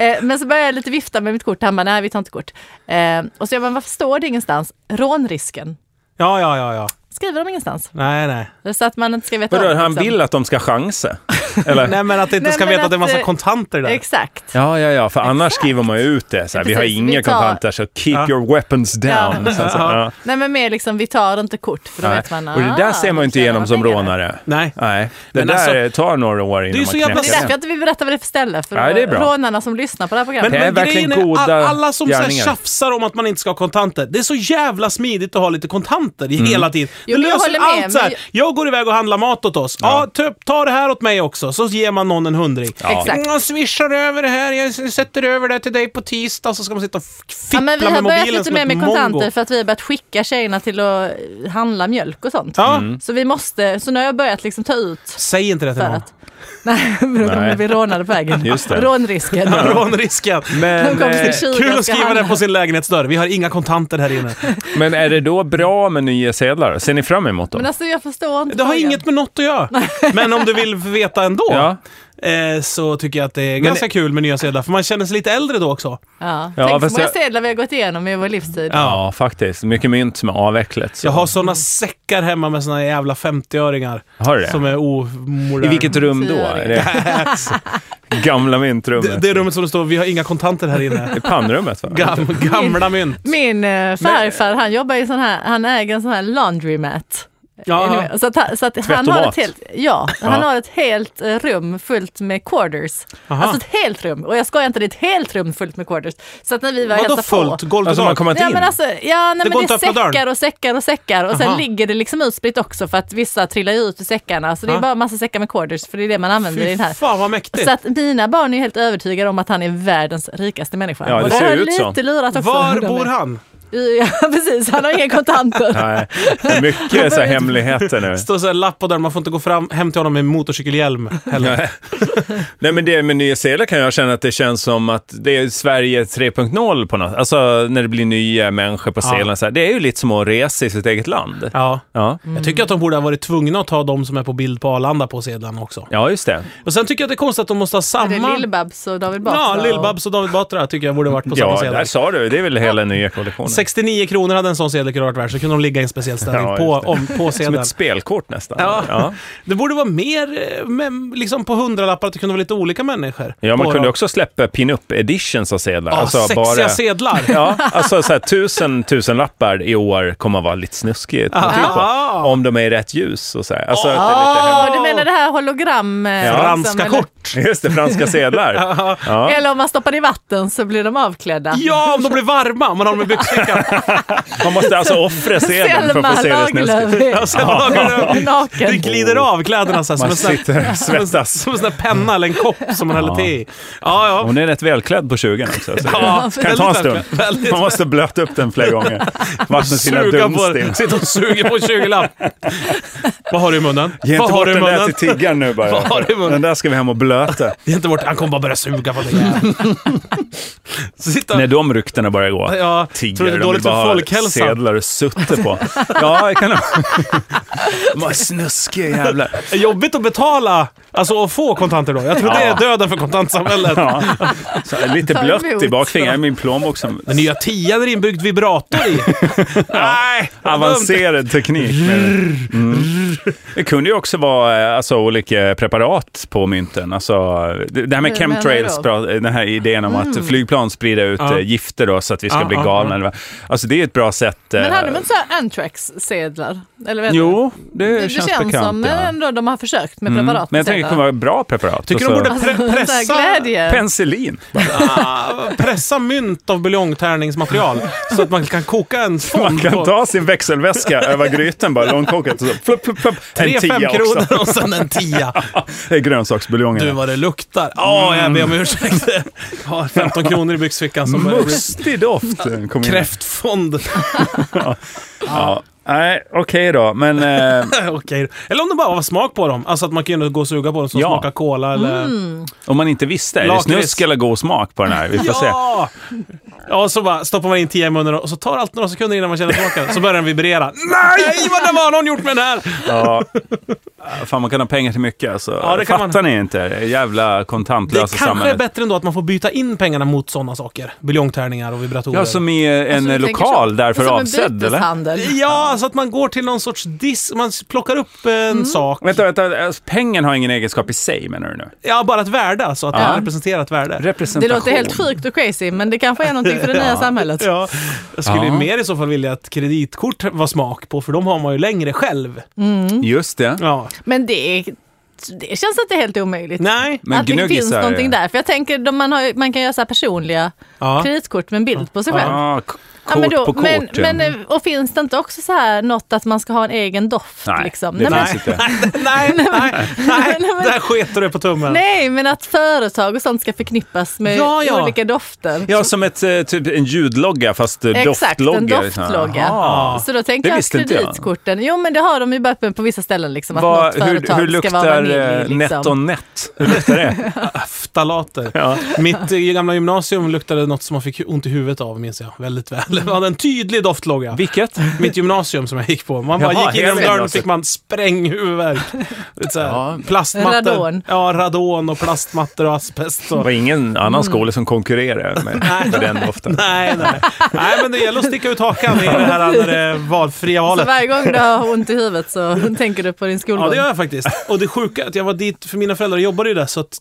D: Eh, men så började jag lite vifta med mitt kort. Han bara, nej vi tar inte kort. Eh, och så jag bara, varför står det ingenstans? Rånrisken.
C: Ja, ja, ja. ja.
D: skriver de ingenstans.
C: Nej, nej.
D: Så att man inte ska veta
B: Vadå,
D: om,
B: han
D: liksom.
B: vill att de ska chansa? Eller?
C: Nej, men att det inte
D: Nej,
C: ska
D: men
C: veta att det är en massa
D: att, eh,
C: kontanter där.
D: Exakt.
B: Ja, ja, ja, för annars skriver man ut det. Så här, vi har
D: Precis,
B: inga
D: vi tar-
B: kontanter, så keep
C: Ja.
B: your weapons down.
D: Ja.
B: Sen så, ja.
D: Nej men mer liksom, vi tar inte kort för då
B: Nej.
D: vet man.
B: Och det där
D: ah,
B: ser man ju inte
D: tjänar
B: igenom som
D: pengar.
B: rånare.
C: Nej.
B: Nej, det
C: Men
B: där
C: alltså,
B: tar några år innan
C: ju så
B: man
C: jävla
D: Men det är
B: knäcker
D: därför
B: den.
D: jag inte vill berätta vad det är för ställe, för
B: Nej, det är bra.
D: rånarna som lyssnar på det här programmet.
C: Men,
B: Det är
C: men
B: verkligen
C: grejen är,
B: goda
C: all, alla som så här
B: gärningar.
C: tjafsar om att man inte ska ha kontanter, det är så jävla smidigt att ha lite kontanter i
B: Mm.
C: hela tiden.
D: Jo,
C: det
D: men jag håller med,
C: allt så här.
D: men-
C: Jag går iväg och handlar mat åt oss. Ja, typ, ta det här åt mig också, så ger man någon en hundring.
D: Exakt.
B: Mm.
C: Jag swishar över det här, jag s- sätter över det till dig på tisdag, så ska man sitta och f-
D: Ja,
C: fippla
D: men vi har
C: med
D: börjat
C: mobilen
D: lite
C: som
D: mer
C: ett
D: med
C: mongo.
D: kontanter för att vi har börjat skicka tjejerna till att eh, handla mjölk och sånt.
C: Ja,
B: Mm.
D: Så vi måste, så nu har jag börjat liksom ta ut
C: säg inte det till
D: för
C: någon.
D: att... Nej, för då kommer
B: Nej.
D: vi bli rånade på vägen.
B: Just det.
D: Rånrisken.
C: Rånrisken.
D: De
B: Men,
D: kommer
B: eh,
D: till Kina och
C: Kul
D: ska
C: att skriva
D: handla.
C: det på sin lägenhetsdörr. Vi har inga kontanter här inne.
B: men är det då bra med nya sedlar? Ser ni fram emot
D: Men
B: dem?
D: alltså jag förstår inte
C: Det har
D: frågan.
C: inget med något att göra. Men om du vill veta ändå.
D: alltså-
B: Ja.
C: eh, så tycker jag att det är ganska kul med nya sedlar, för man känner sig lite äldre då också.
D: Ja.
B: Ja,
D: Tänk
B: fast
D: så många
B: jag-
D: sedlar vi har gått igenom i vår livstid.
B: Ja, faktiskt. Mycket mynt som är avvecklat. Så.
C: Jag har sådana säckar hemma med såna jävla 50-öringar.
B: Har du det?
C: Som är omoderna.
B: I vilket rum då?
D: Fyra.
B: Är det... Gamla myntrummet?
C: Det, det rummet som det står, vi har inga kontanter här inne.
B: Det är pannrummet va?
C: Gam, gamla mynt.
D: Min eh, farfar han jobbar i sån här, han äger en sån här laundromat.
C: Ja,
D: Så att, han- så att han har
B: Tvättomat.
D: ett helt, ja, han
B: Ja.
D: har ett helt eh, rum fullt med quarters.
C: Aha.
D: Alltså ett helt rum, och jag skojar inte, det är ett helt rum fullt med quarters. Så att när vi var och
C: Vadå
D: hälsade på-
C: fullt? Golv till
B: Alltså man
C: tak?
B: kommer inte
D: Ja
B: in?
D: men alltså, ja, nej,
C: Det
D: det,
C: går
D: men
C: inte
D: det är
C: att öppna
D: säckar
C: dörren.
D: och säckar och säckar och
C: Aha.
D: sen ligger det liksom utspritt också för att vissa trillar ju ut ur säckarna. Så det
C: Ja.
D: är bara massa säckar med quarters för det är det man använder i
C: Fy
D: den här.
C: fan vad mäktigt.
D: Så att mina barn är helt övertygade om att han är världens rikaste människa.
B: Ja, det
D: och
B: ser
D: har
B: ut så.
D: lite lurat också.
C: Var
D: hur de är.
C: bor han?
D: Ja precis, han har inga kontanter.
B: Nej, det är mycket så här hemligheter nu.
C: Står så här lapp på dörren, man får inte gå fram, hem till honom med motorcykelhjälm. Heller.
B: Nej men det med Nya Zeeland kan jag känna att det känns som att det är Sverige 3.0 på något Alltså när det blir nya människor på Zeeland. så här. Det är ju lite som att resa i sitt eget land.
C: Ja.
B: Ja,
C: Jag
D: Mm.
C: tycker att de borde ha varit tvungna att ta de som är på bild på Arlanda på sedlarna också.
B: ja just det.
C: Och sen tycker jag att det är konstigt att de måste ha
D: Det
C: samma...
D: är Lill-Babs och David Batra.
C: Ja,
D: och-
C: Lill-Babs och David Batra tycker jag borde varit på samma
B: Ja, där
C: sedel.
B: sa du. Det är väl hela nya kollektionen.
C: 69 kronor hade en sån sedel kunnat vara värd, så kunde de ligga i en speciell ställning
B: Ja,
C: på,
B: just det.
C: om, på
B: Som
C: sedeln.
B: ett spelkort nästan.
C: Ja.
B: ja.
C: Det borde vara mer, eh, men liksom på hundralappar, att det kunde vara lite olika människor.
B: Ja, man
C: på
B: kunde
C: dem.
B: också släppa pin-up editions av sedlar.
C: Ja,
B: alltså
C: sexiga
B: bara...
C: sedlar.
B: Ja, alltså så här, tusen, tusen lappar i år kommer att vara lite snuskigt.
C: Ah.
B: Typ, va? om de är i rätt ljus och så här. Alltså, att det är
D: Ja, du menar det här hologram... eh, liksom,
C: Franska
D: eller-
C: kort.
B: lite hem- Just det, franska sedlar. Ja.
D: Eller om man stoppar i vatten så blir de avklädda.
C: Ja, om de blir varma, om man har dem i byxfickan.
B: Man måste alltså offra sedeln för att få se det snuskigt.
D: Lagerlöf.
C: Och sen har de-
D: Naken.
C: Det glider av kläderna så här, som,
B: Man
C: en sån här,
B: sitter och svettas.
C: som en sån här penna eller en kopp som man häller te i. Ja, ja.
B: Hon är rätt välklädd på 20 också. Så
C: Ja,
B: det kan ta en stund.
C: väldigt välklädd.
B: Man måste blöta upp den flera gånger. Vattna sina
C: Suga på,
B: dunsting.
C: sitter och suger på en 20-lapp. Vad har du i munnen?
B: Ge
C: Vad
B: inte
C: har
B: bort
C: du i
B: den där
C: munnen?
B: till tiggaren nu
C: Vad har
B: bara.
C: du i munnen?
B: Den där ska vi hem och blöta.
C: Ge inte bort, han kommer bara börja suga på det. Så sitter
B: När de ryktena börjar gå.
C: Ja,
B: Tiggare,
C: tror du det är
B: de
C: dåligt
B: vill bara
C: för
B: ha
C: folkhälsan?
B: sedlar och sutter på. Ja, det kan de. De har snuskiga jävlar.
C: Det är jobbigt att betala, alltså att få kontanter då. Jag tror det är döden för kontantsamhället.
B: Ja. Så här, lite
D: Ta
B: blött i
D: emot.
B: bakfingret. i min plånbok som...
C: Den nya tian är inbyggd vibrator i. Nej!
B: Avancerad teknik. Men, mm. Det kunde ju också vara eh, alltså, olika preparat på mynten. Alltså, det det här med
D: Hur menar
B: chemtrails,
D: du?
B: pra- den här idén om
D: Mm.
B: att flygplan sprider ut
C: Ja.
B: eh, gifter då, så att vi ska
C: Ja,
B: bli
C: ja,
B: galna. eller vad. Alltså det är ett bra sätt.
D: Men
B: eh,
D: hade de inte så här Antrax-sedlar? Eller vet du?
B: Jo, det,
D: det, det
B: känns,
D: känns
B: bekant.
D: som eh,
B: ja.
D: ändå de har försökt med
B: Mm.
D: preparat.
B: Men jag tänker att det kommer vara bra preparat.
C: Tycker
B: Och
C: de
B: så-
C: borde
D: Alltså,
C: pre pressa,
D: Glädje.
B: Penicillin.
C: Ah, pressa mynt av buljongtärningsmaterial så att man kan koka en
B: Man
C: fond
B: kan
C: på
B: ta sin växelväska över grytan bara, långkokat och så flupp, flupp, flupp. En
C: 3 fem
B: tia också.
C: kronor och sen en tia.
B: Det
C: Du
B: är grönsaksbuljongen.
C: vad det luktar. Ja, jag ber om ursäkt. Jag har 15 kronor i byxfickan som börjar bli
B: Mustig doft. Kom in.
C: kräftfond.
B: Ja. Nej, okej då. Men eh,
C: Okej. då. Eller om det bara var smak på dem. Alltså att man kunde gå och suga på dem som
B: Ja.
C: smakar cola eller...
B: om man inte visste, är det
C: Lakrits.
B: snusk eller god smak på den här? Vi får se.
C: Ja! Ja, och så bara stoppar man in tia i munnen och så tar allt några sekunder innan man känner tillbaka den. Så börjar den vibrera. Nej, vad det var någon gjort med den här!
B: Ja. Fan, man kan ha pengar till mycket. Alltså.
C: Ja, det kan
B: Fattar
C: man.
B: ni inte? Det Jävla
C: Det
B: kontantlösa
C: kanske är
B: alltså samhället.
C: bättre ändå att man får byta in pengarna mot sådana saker. Buljongtärningar och vibratorer.
B: Ja, som i eh, en
D: Alltså, du tänker
B: lokal
D: så.
B: därför
D: Som en
B: avsedd, eller?
D: byteshandel.
C: Ja, så att man går till någon sorts disk, man plockar upp en sak.
B: Vänta, vänta. Alltså, pengen har ingen egenskap i sig, menar du nu?
C: Ja, bara ett värde alltså, att
B: Ja.
C: den representerar ett värde.
D: Det
B: Representation.
D: låter helt sjukt och crazy, men det kanske är någonting för det nya samhället.
C: Ja, jag skulle ju
B: Ja.
C: mer i så fall vilja att kreditkort var smak på, för de har man ju längre själv.
B: Mm. Just det.
C: Ja.
D: Men det, det känns inte helt omöjligt.
C: Nej.
B: Men
D: att det finns
B: gnuggisar-
D: någonting där. För jag tänker, de- man, har, ju- man kan göra så här personliga
C: Ja.
D: kreditkort med en bild på sig själv.
B: Ah, k- kort
D: Ja, men då-
B: på kort.
D: men,
B: ja.
D: men, eh, och finns det inte också så här något att man ska ha en egen doft?
B: Nej,
D: liksom?
B: det
D: men,
B: finns inte.
C: nej, nej, nej,
D: men-
C: där sketar du på tummen.
D: nej, men att företag och sånt ska förknippas med
C: Ja, ja.
D: olika dofter.
B: Ja, som ett, eh, typ en ljudlogga fast eh,
D: Exakt,
B: doftlogga.
D: en
B: liksom.
D: doftlogga.
B: Aha.
D: Så då tänker
B: Det
D: jag att
B: visste inte jag.
D: kreditkorten, jo men det har de ju bara på- på vissa ställen liksom. Att
B: Vad-
D: något
B: hur,
D: företag
B: hur
D: ska vara
B: luktar eh,
D: vanilj.
B: Net
D: Liksom.
B: on Net? Hur luktar det?
C: Ftalater. Mitt eh, gamla gymnasium luktade något som man fick ont i huvudet av, minns jag väldigt väl. Det hade en tydlig doftlogga.
B: Vilket?
C: Mitt gymnasium som jag gick på. Man bara
B: Jaha,
C: gick
B: hela
C: genom dörren och
B: gymnasiet.
C: fick man spränghuvudvärk. Lite så här,
B: Ja.
C: Plastmattor.
D: Radon.
C: Ja, radon och plastmattor och asbest.
B: Det
C: Och...
B: var ingen
D: Mm.
B: annan skola som konkurrerade med, med den doften.
C: Nej, nej. nej, men det gäller att sticka ut hakan i det här när det är valfria
D: Så
C: valet.
D: varje gång du har ont i huvudet så tänker du på din
C: Ja,
D: skolgång.
C: det gör jag faktiskt. Och det sjuka är att jag var dit, för mina föräldrar jobbade ju där, så att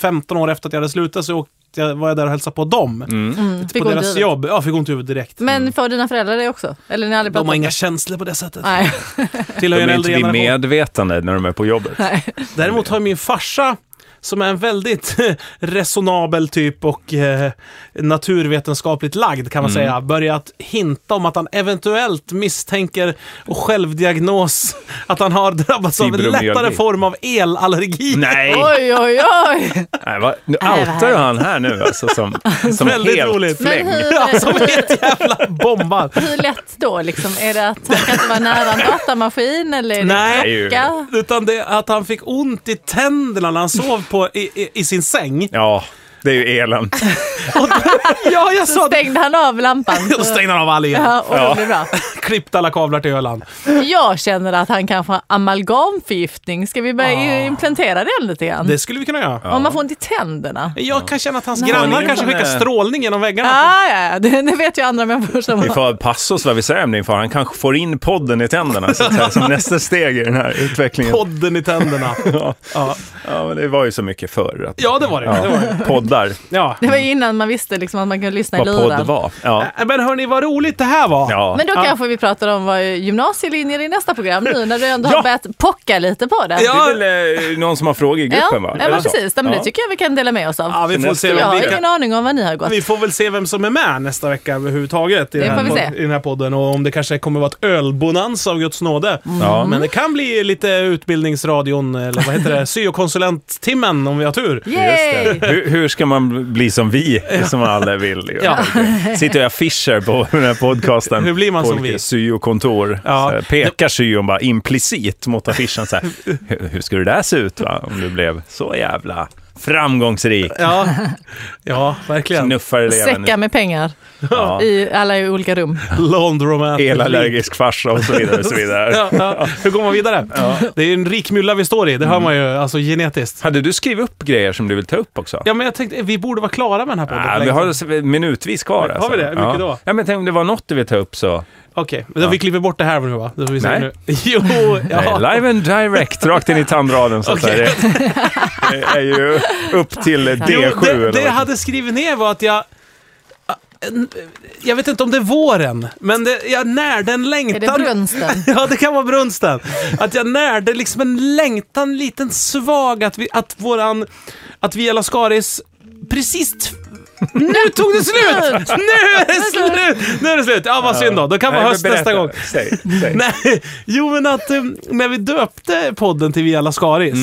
C: 15 år efter att jag hade slutat så åkte jag, var jag där och hälsade på dem.
D: Mm, fick
C: på
D: ont i
C: deras
D: huvudet.
C: jobb. Ja, fick ont i huvudet direkt.
B: Mm.
D: Men får dina föräldrar det också? Eller ni har aldrig
C: De
D: pratat
C: har
D: om
C: inga
D: det?
C: känslor på det sättet.
D: Nej.
C: Tillhör ju
B: De
C: en äldre
B: är inte
C: generation.
B: vid medvetande när de är på jobbet.
C: Däremot har ju min farsa, som är en väldigt resonabel typ och eh, naturvetenskapligt lagd kan man
D: Mm.
C: säga, börjat hinta om att han eventuellt misstänker och självdiagnos att han har drabbats av en
B: Fibromyalgi.
C: lättare form av elallergi.
B: Nej,
D: Oj, oj, oj!
B: Nej vad, nu
D: Nej, vad
B: outar ju han här nu alltså som, som
C: Väldigt
B: helt
C: roligt.
D: Men
B: fläng.
C: Ja,
D: hur,
C: som ett jävla bombar.
D: hur lätt då liksom? Är det att han kan inte vara nära en datamaskin eller är det
C: Nej.
D: klocka?
C: Utan det att han fick ont i tänderna när han sov på, i, i, i sin säng.
B: Ja, det är ju elen.
C: Ja, jag
D: Så
C: sa det.
D: stängde han av lampan.
C: Och
D: Så,
C: stängde han av all el.
D: ja, och
B: Ja.
D: då blev det bra.
C: Klippt alla kablar till Öland.
D: Jag känner att han kanske har amalgamförgiftning. Ska vi börja
C: Ah.
D: implementera det lite grann?
C: Det skulle vi kunna göra.
D: Om man får ont i tänderna.
C: Jag kan känna att hans
B: Men
C: grannar
B: det är
C: kanske
B: fan,
C: skickar
B: eh,
C: strålning genom väggarna.
D: Ah, ja, ja, det, det vet ju andra människor som
B: Vi
D: har.
B: får passa oss vad vi säger om din far. Han kanske får in podden i tänderna så att säga, som nästa steg i den här utvecklingen.
C: Podden i tänderna.
B: Ja.
C: Ja,
B: ja, men det var ju så mycket förr. Att,
C: ja det var det. det, var det.
B: ja, poddar,
C: Ja.
D: Det var ju innan man visste liksom att man kunde lyssna i
B: vad podd
D: luren.
B: var. Ja.
C: Äh, Men hörni, vad roligt det här var.
B: Ja.
D: Men då
C: Ja.
D: kanske vi pratar om vad gymnasielinjer i nästa program nu när du ändå
B: Ja.
D: har börjat pocka lite på det.
B: Det är väl eh, någon som har frågor i
D: ja,
B: gruppen va?
D: ja
B: Eller
D: men
B: så?
D: precis. Ja, men
B: Ja.
D: Det tycker jag vi kan dela med oss av.
C: Ja, vi får se
D: jag
C: vem
D: har
C: vi
D: ingen
C: kan...
D: aning om vad ni har gått.
C: Vi får väl se vem som är med nästa vecka överhuvudtaget i,
D: Det
C: den här,
D: får vi
C: pod-
D: se.
C: i den här podden och om det kanske kommer vara ett ölbonans av Guds nåde.
B: Ja.
C: Men det kan bli lite utbildningsradion, eller vad heter det, syokonsulenttimmen om vi har tur.
D: Yay!
B: Hur, hur ska man bli som vi, som alla vill? ju?
C: Ja.
B: Sitter jag affischer på den här podcasten.
C: Hur blir man
B: på
C: som
B: olika
C: vi?
B: Syokontor.
C: Ja.
B: Så här, Pekar syon bara implicit mot affischen. Så här, hur, hur skulle det där se ut va? om du blev så jävla framgångsrik?
C: Ja, ja verkligen.
B: Knuffar eleven.
D: Säckar med pengar
B: Ja.
D: i alla olika rum.
C: Lond romantic.
B: Elallergisk farsa och så vidare. Och så vidare.
C: Ja, ja. Hur går man vidare? Det är en rik mylla vi står i, det hör man ju alltså genetiskt.
B: Hade du skrivit upp grejer som du vill ta upp också?
C: Ja, men jag tänkte, vi borde vara klara med den här podden.
B: Ja, vi har minutvis kvar.
C: vi
B: Alltså.
C: det? Hur mycket
B: ja.
C: då?
B: Ja, men tänk om det var något du vill ta upp så.
C: Okej, men då vi klipper bort det här nu va? Det får vi se
B: Nej.
C: Nu. Jo,
B: Nej,
C: ja.
B: Live and direct, rakt in i tandraden. Så att säga. det, det är ju upp till D7.
C: Jo,
B: eller
C: det,
B: vad
C: det
B: heter.
C: jag hade skrivit ner var att jag... Jag vet inte om det är våren, men det, jag närde en
D: Är
C: längtan.
D: det brunsten?
C: Ja, det kan vara brunsten. Att jag närde liksom en längtan, en liten svag att vi, att våran, att vi alla Skaris precis t- nu tog det slut! Nu är det slut! Nu är det slut! Ja, vad synd då. Då kan vara
B: Nej, men
C: höst
B: berätta.
C: nästa gång.
B: Säg, säg.
C: Nej, jo men att eh, när vi döpte podden till Vi alla Skaris,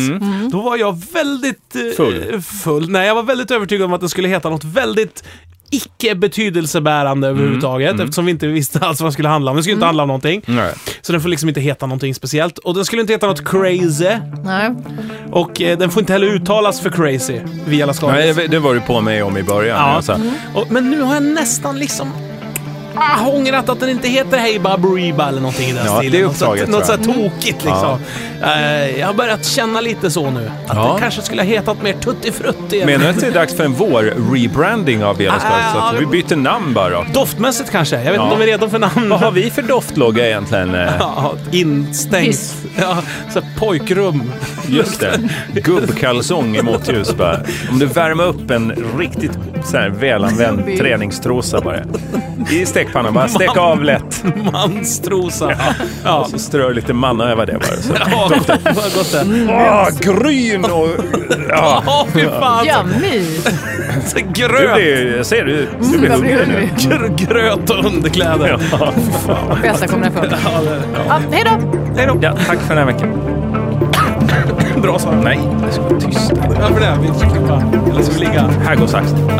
C: då var jag väldigt eh,
B: Full.
C: full. Nej, jag var väldigt övertygad om att den skulle heta något väldigt icke betydelsebärande överhuvudtaget eftersom vi inte visste alls vad den skulle handla om. Den skulle inte handla om någonting.
B: Nej.
C: Så den får liksom inte heta någonting speciellt. Och den skulle inte heta något crazy.
D: Nej.
C: Och eh, den får inte heller uttalas för crazy. Vi alla Skaris.
B: Nej, det var du på mig om i början. alltså.
C: Ja.
B: Jag sa,
C: Och, men nu har jag nästan liksom ah, ångrat att den inte heter Hey Baberiba eller någonting i den
B: Ja,
C: stilen.
B: det är
C: Något sånt- Något
B: uppdraget, tror Mm.
C: sånt här tokigt liksom. Eh, jag har börjat känna lite så nu. Att
B: Ja.
C: den kanske skulle ha hetat mer Tutti Frutti.
B: Menar du att det är dags för en vår-rebranding av
C: Ah,
B: Bjälleskog? Så att vi byter namn bara.
C: Doftmässigt kanske. Jag vet inte
B: Ja.
C: om vi är redo för namn.
B: Vad har vi för doftlogga egentligen? Eh,
C: Ja, instängt.
D: Hiss.
C: Ja, så här pojkrum.
B: Just det. Gubbkalsong i motljus bara. Om du värmer upp en riktigt så här välanvänd träningstrosa bara. I stekpannan bara. Stek av lätt.
C: Manstrosa. Ja,
B: Och
C: ja.
B: så strö lite manna över det bara. Så.
C: vad gott det är.
B: Åh, gryn och... Ja.
C: Åh, fy fan.
B: Alltså,
D: Yummy!
C: Så
B: Du
C: gröt.
B: blir, jag ser du, du blir
D: Jag blir
B: hungrig nu.
D: hungrig.
C: Gr- Gröt och underkläder.
B: Mm. Ja.
D: Bästa kombinationen. Ja, hej då!
C: Hej då.
B: Ja, tack för den här veckan.
C: Bra Sara.
B: Nej, det ska vara tyst.
C: Varför det? Vi ska klippa. Eller ska vi ligga?
B: Här går saxen.